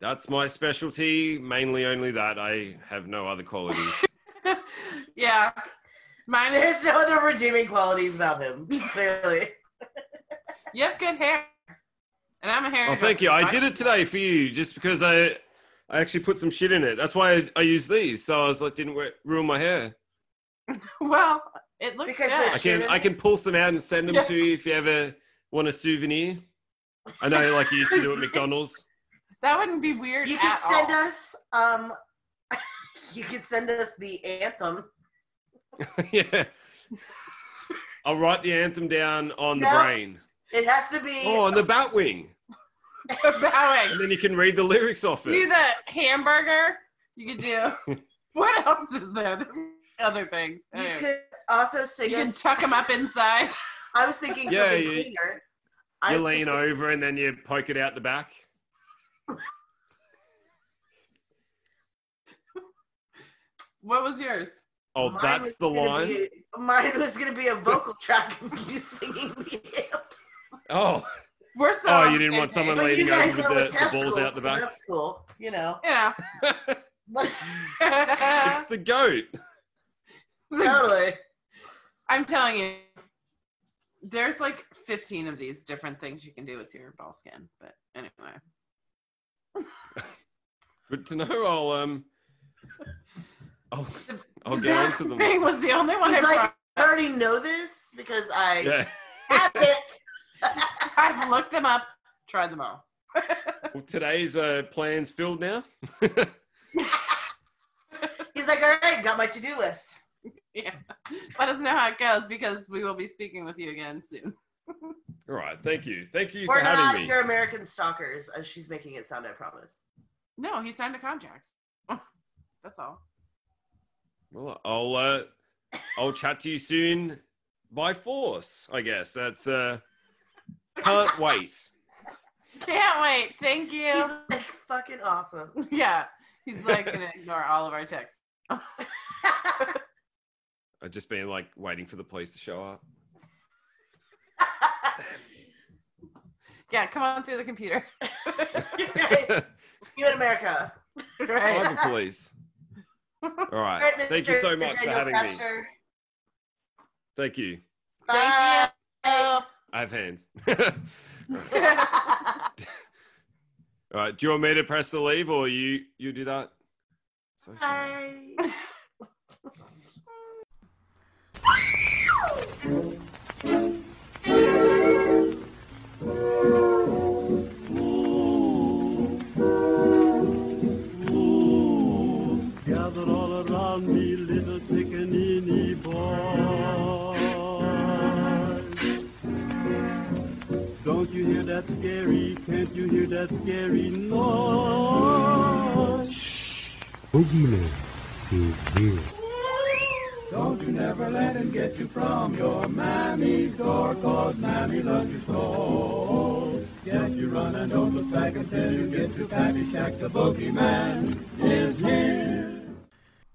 That's my specialty, mainly only that. I have no other qualities. yeah, mine is. There's no other redeeming qualities about him, clearly. You have good hair, and I'm a hair. oh, thank you. I did it today for you just because I. I actually put some shit in it. That's why I, I use these. So I was like, didn't wa- ruin my hair. Well, it looks Because good. the I Shit can in I it? can pull some out and send them to you if you ever want a souvenir. I know, like you used to do at McDonald's. That wouldn't be weird. You at can send all. us um you can send us the anthem. yeah. I'll write the anthem down on No. the brain. It has to be Oh, on the bat wing. And Bowing. then you can read the lyrics off Do it. the hamburger. You could do. what else is there? There's other things. you Anyway. could also sing You can us tuck them up inside. I was thinking Yeah, something you- cleaner. I You was lean thinking- over and then you poke it out the back. What was yours? Oh, Mine was that's the gonna line. be- mine was gonna be a vocal track of you singing the anthem. Oh, We're so. oh, on you the didn't same want someone But leaning page. you over guys with the, know what the balls testicles, out the so back. That's cool, you know. Yeah. it's the goat. totally. I'm telling you, there's like 15 of these different things you can do with your ball skin. But anyway, Good to know. I'll um, I'll, I'll The get back onto them. Thing was the only one He's I like, I already know this because I Yeah. have it. I've looked them up, tried them all. Well, today's uh, plans filled now. He's like, all right, got my to do list. yeah. Let us know how it goes because we will be speaking with you again soon. All right. Thank you. Thank you We're for not having me. your American stalkers, as she's making it sound, I promise. No, he signed a contract. That's all. Well, I'll uh, I'll chat to you soon by force. I guess that's uh, can't wait. Can't wait. Thank He's you. like, fucking awesome. yeah. He's like gonna ignore all of our texts. I've just been like waiting for the police to show up. Yeah, come on through the computer. you in America. right. I'm the police. All right. All right, Thank you Mr. so much for Daniel having me. Crabtree. Thank you. Bye. I have hands. All right. Do you want me to press the leave or you you do that? So sorry. Bye. Gather all around me, little pickaninny boys. Don't you hear that scary? Can't you hear that scary noise? Boogeyman is here. Don't you never let him get you from your mammy's door, cause mammy loves you so. Yes, you run and don't look back until you get to Pappy Shack, the boogeyman is here.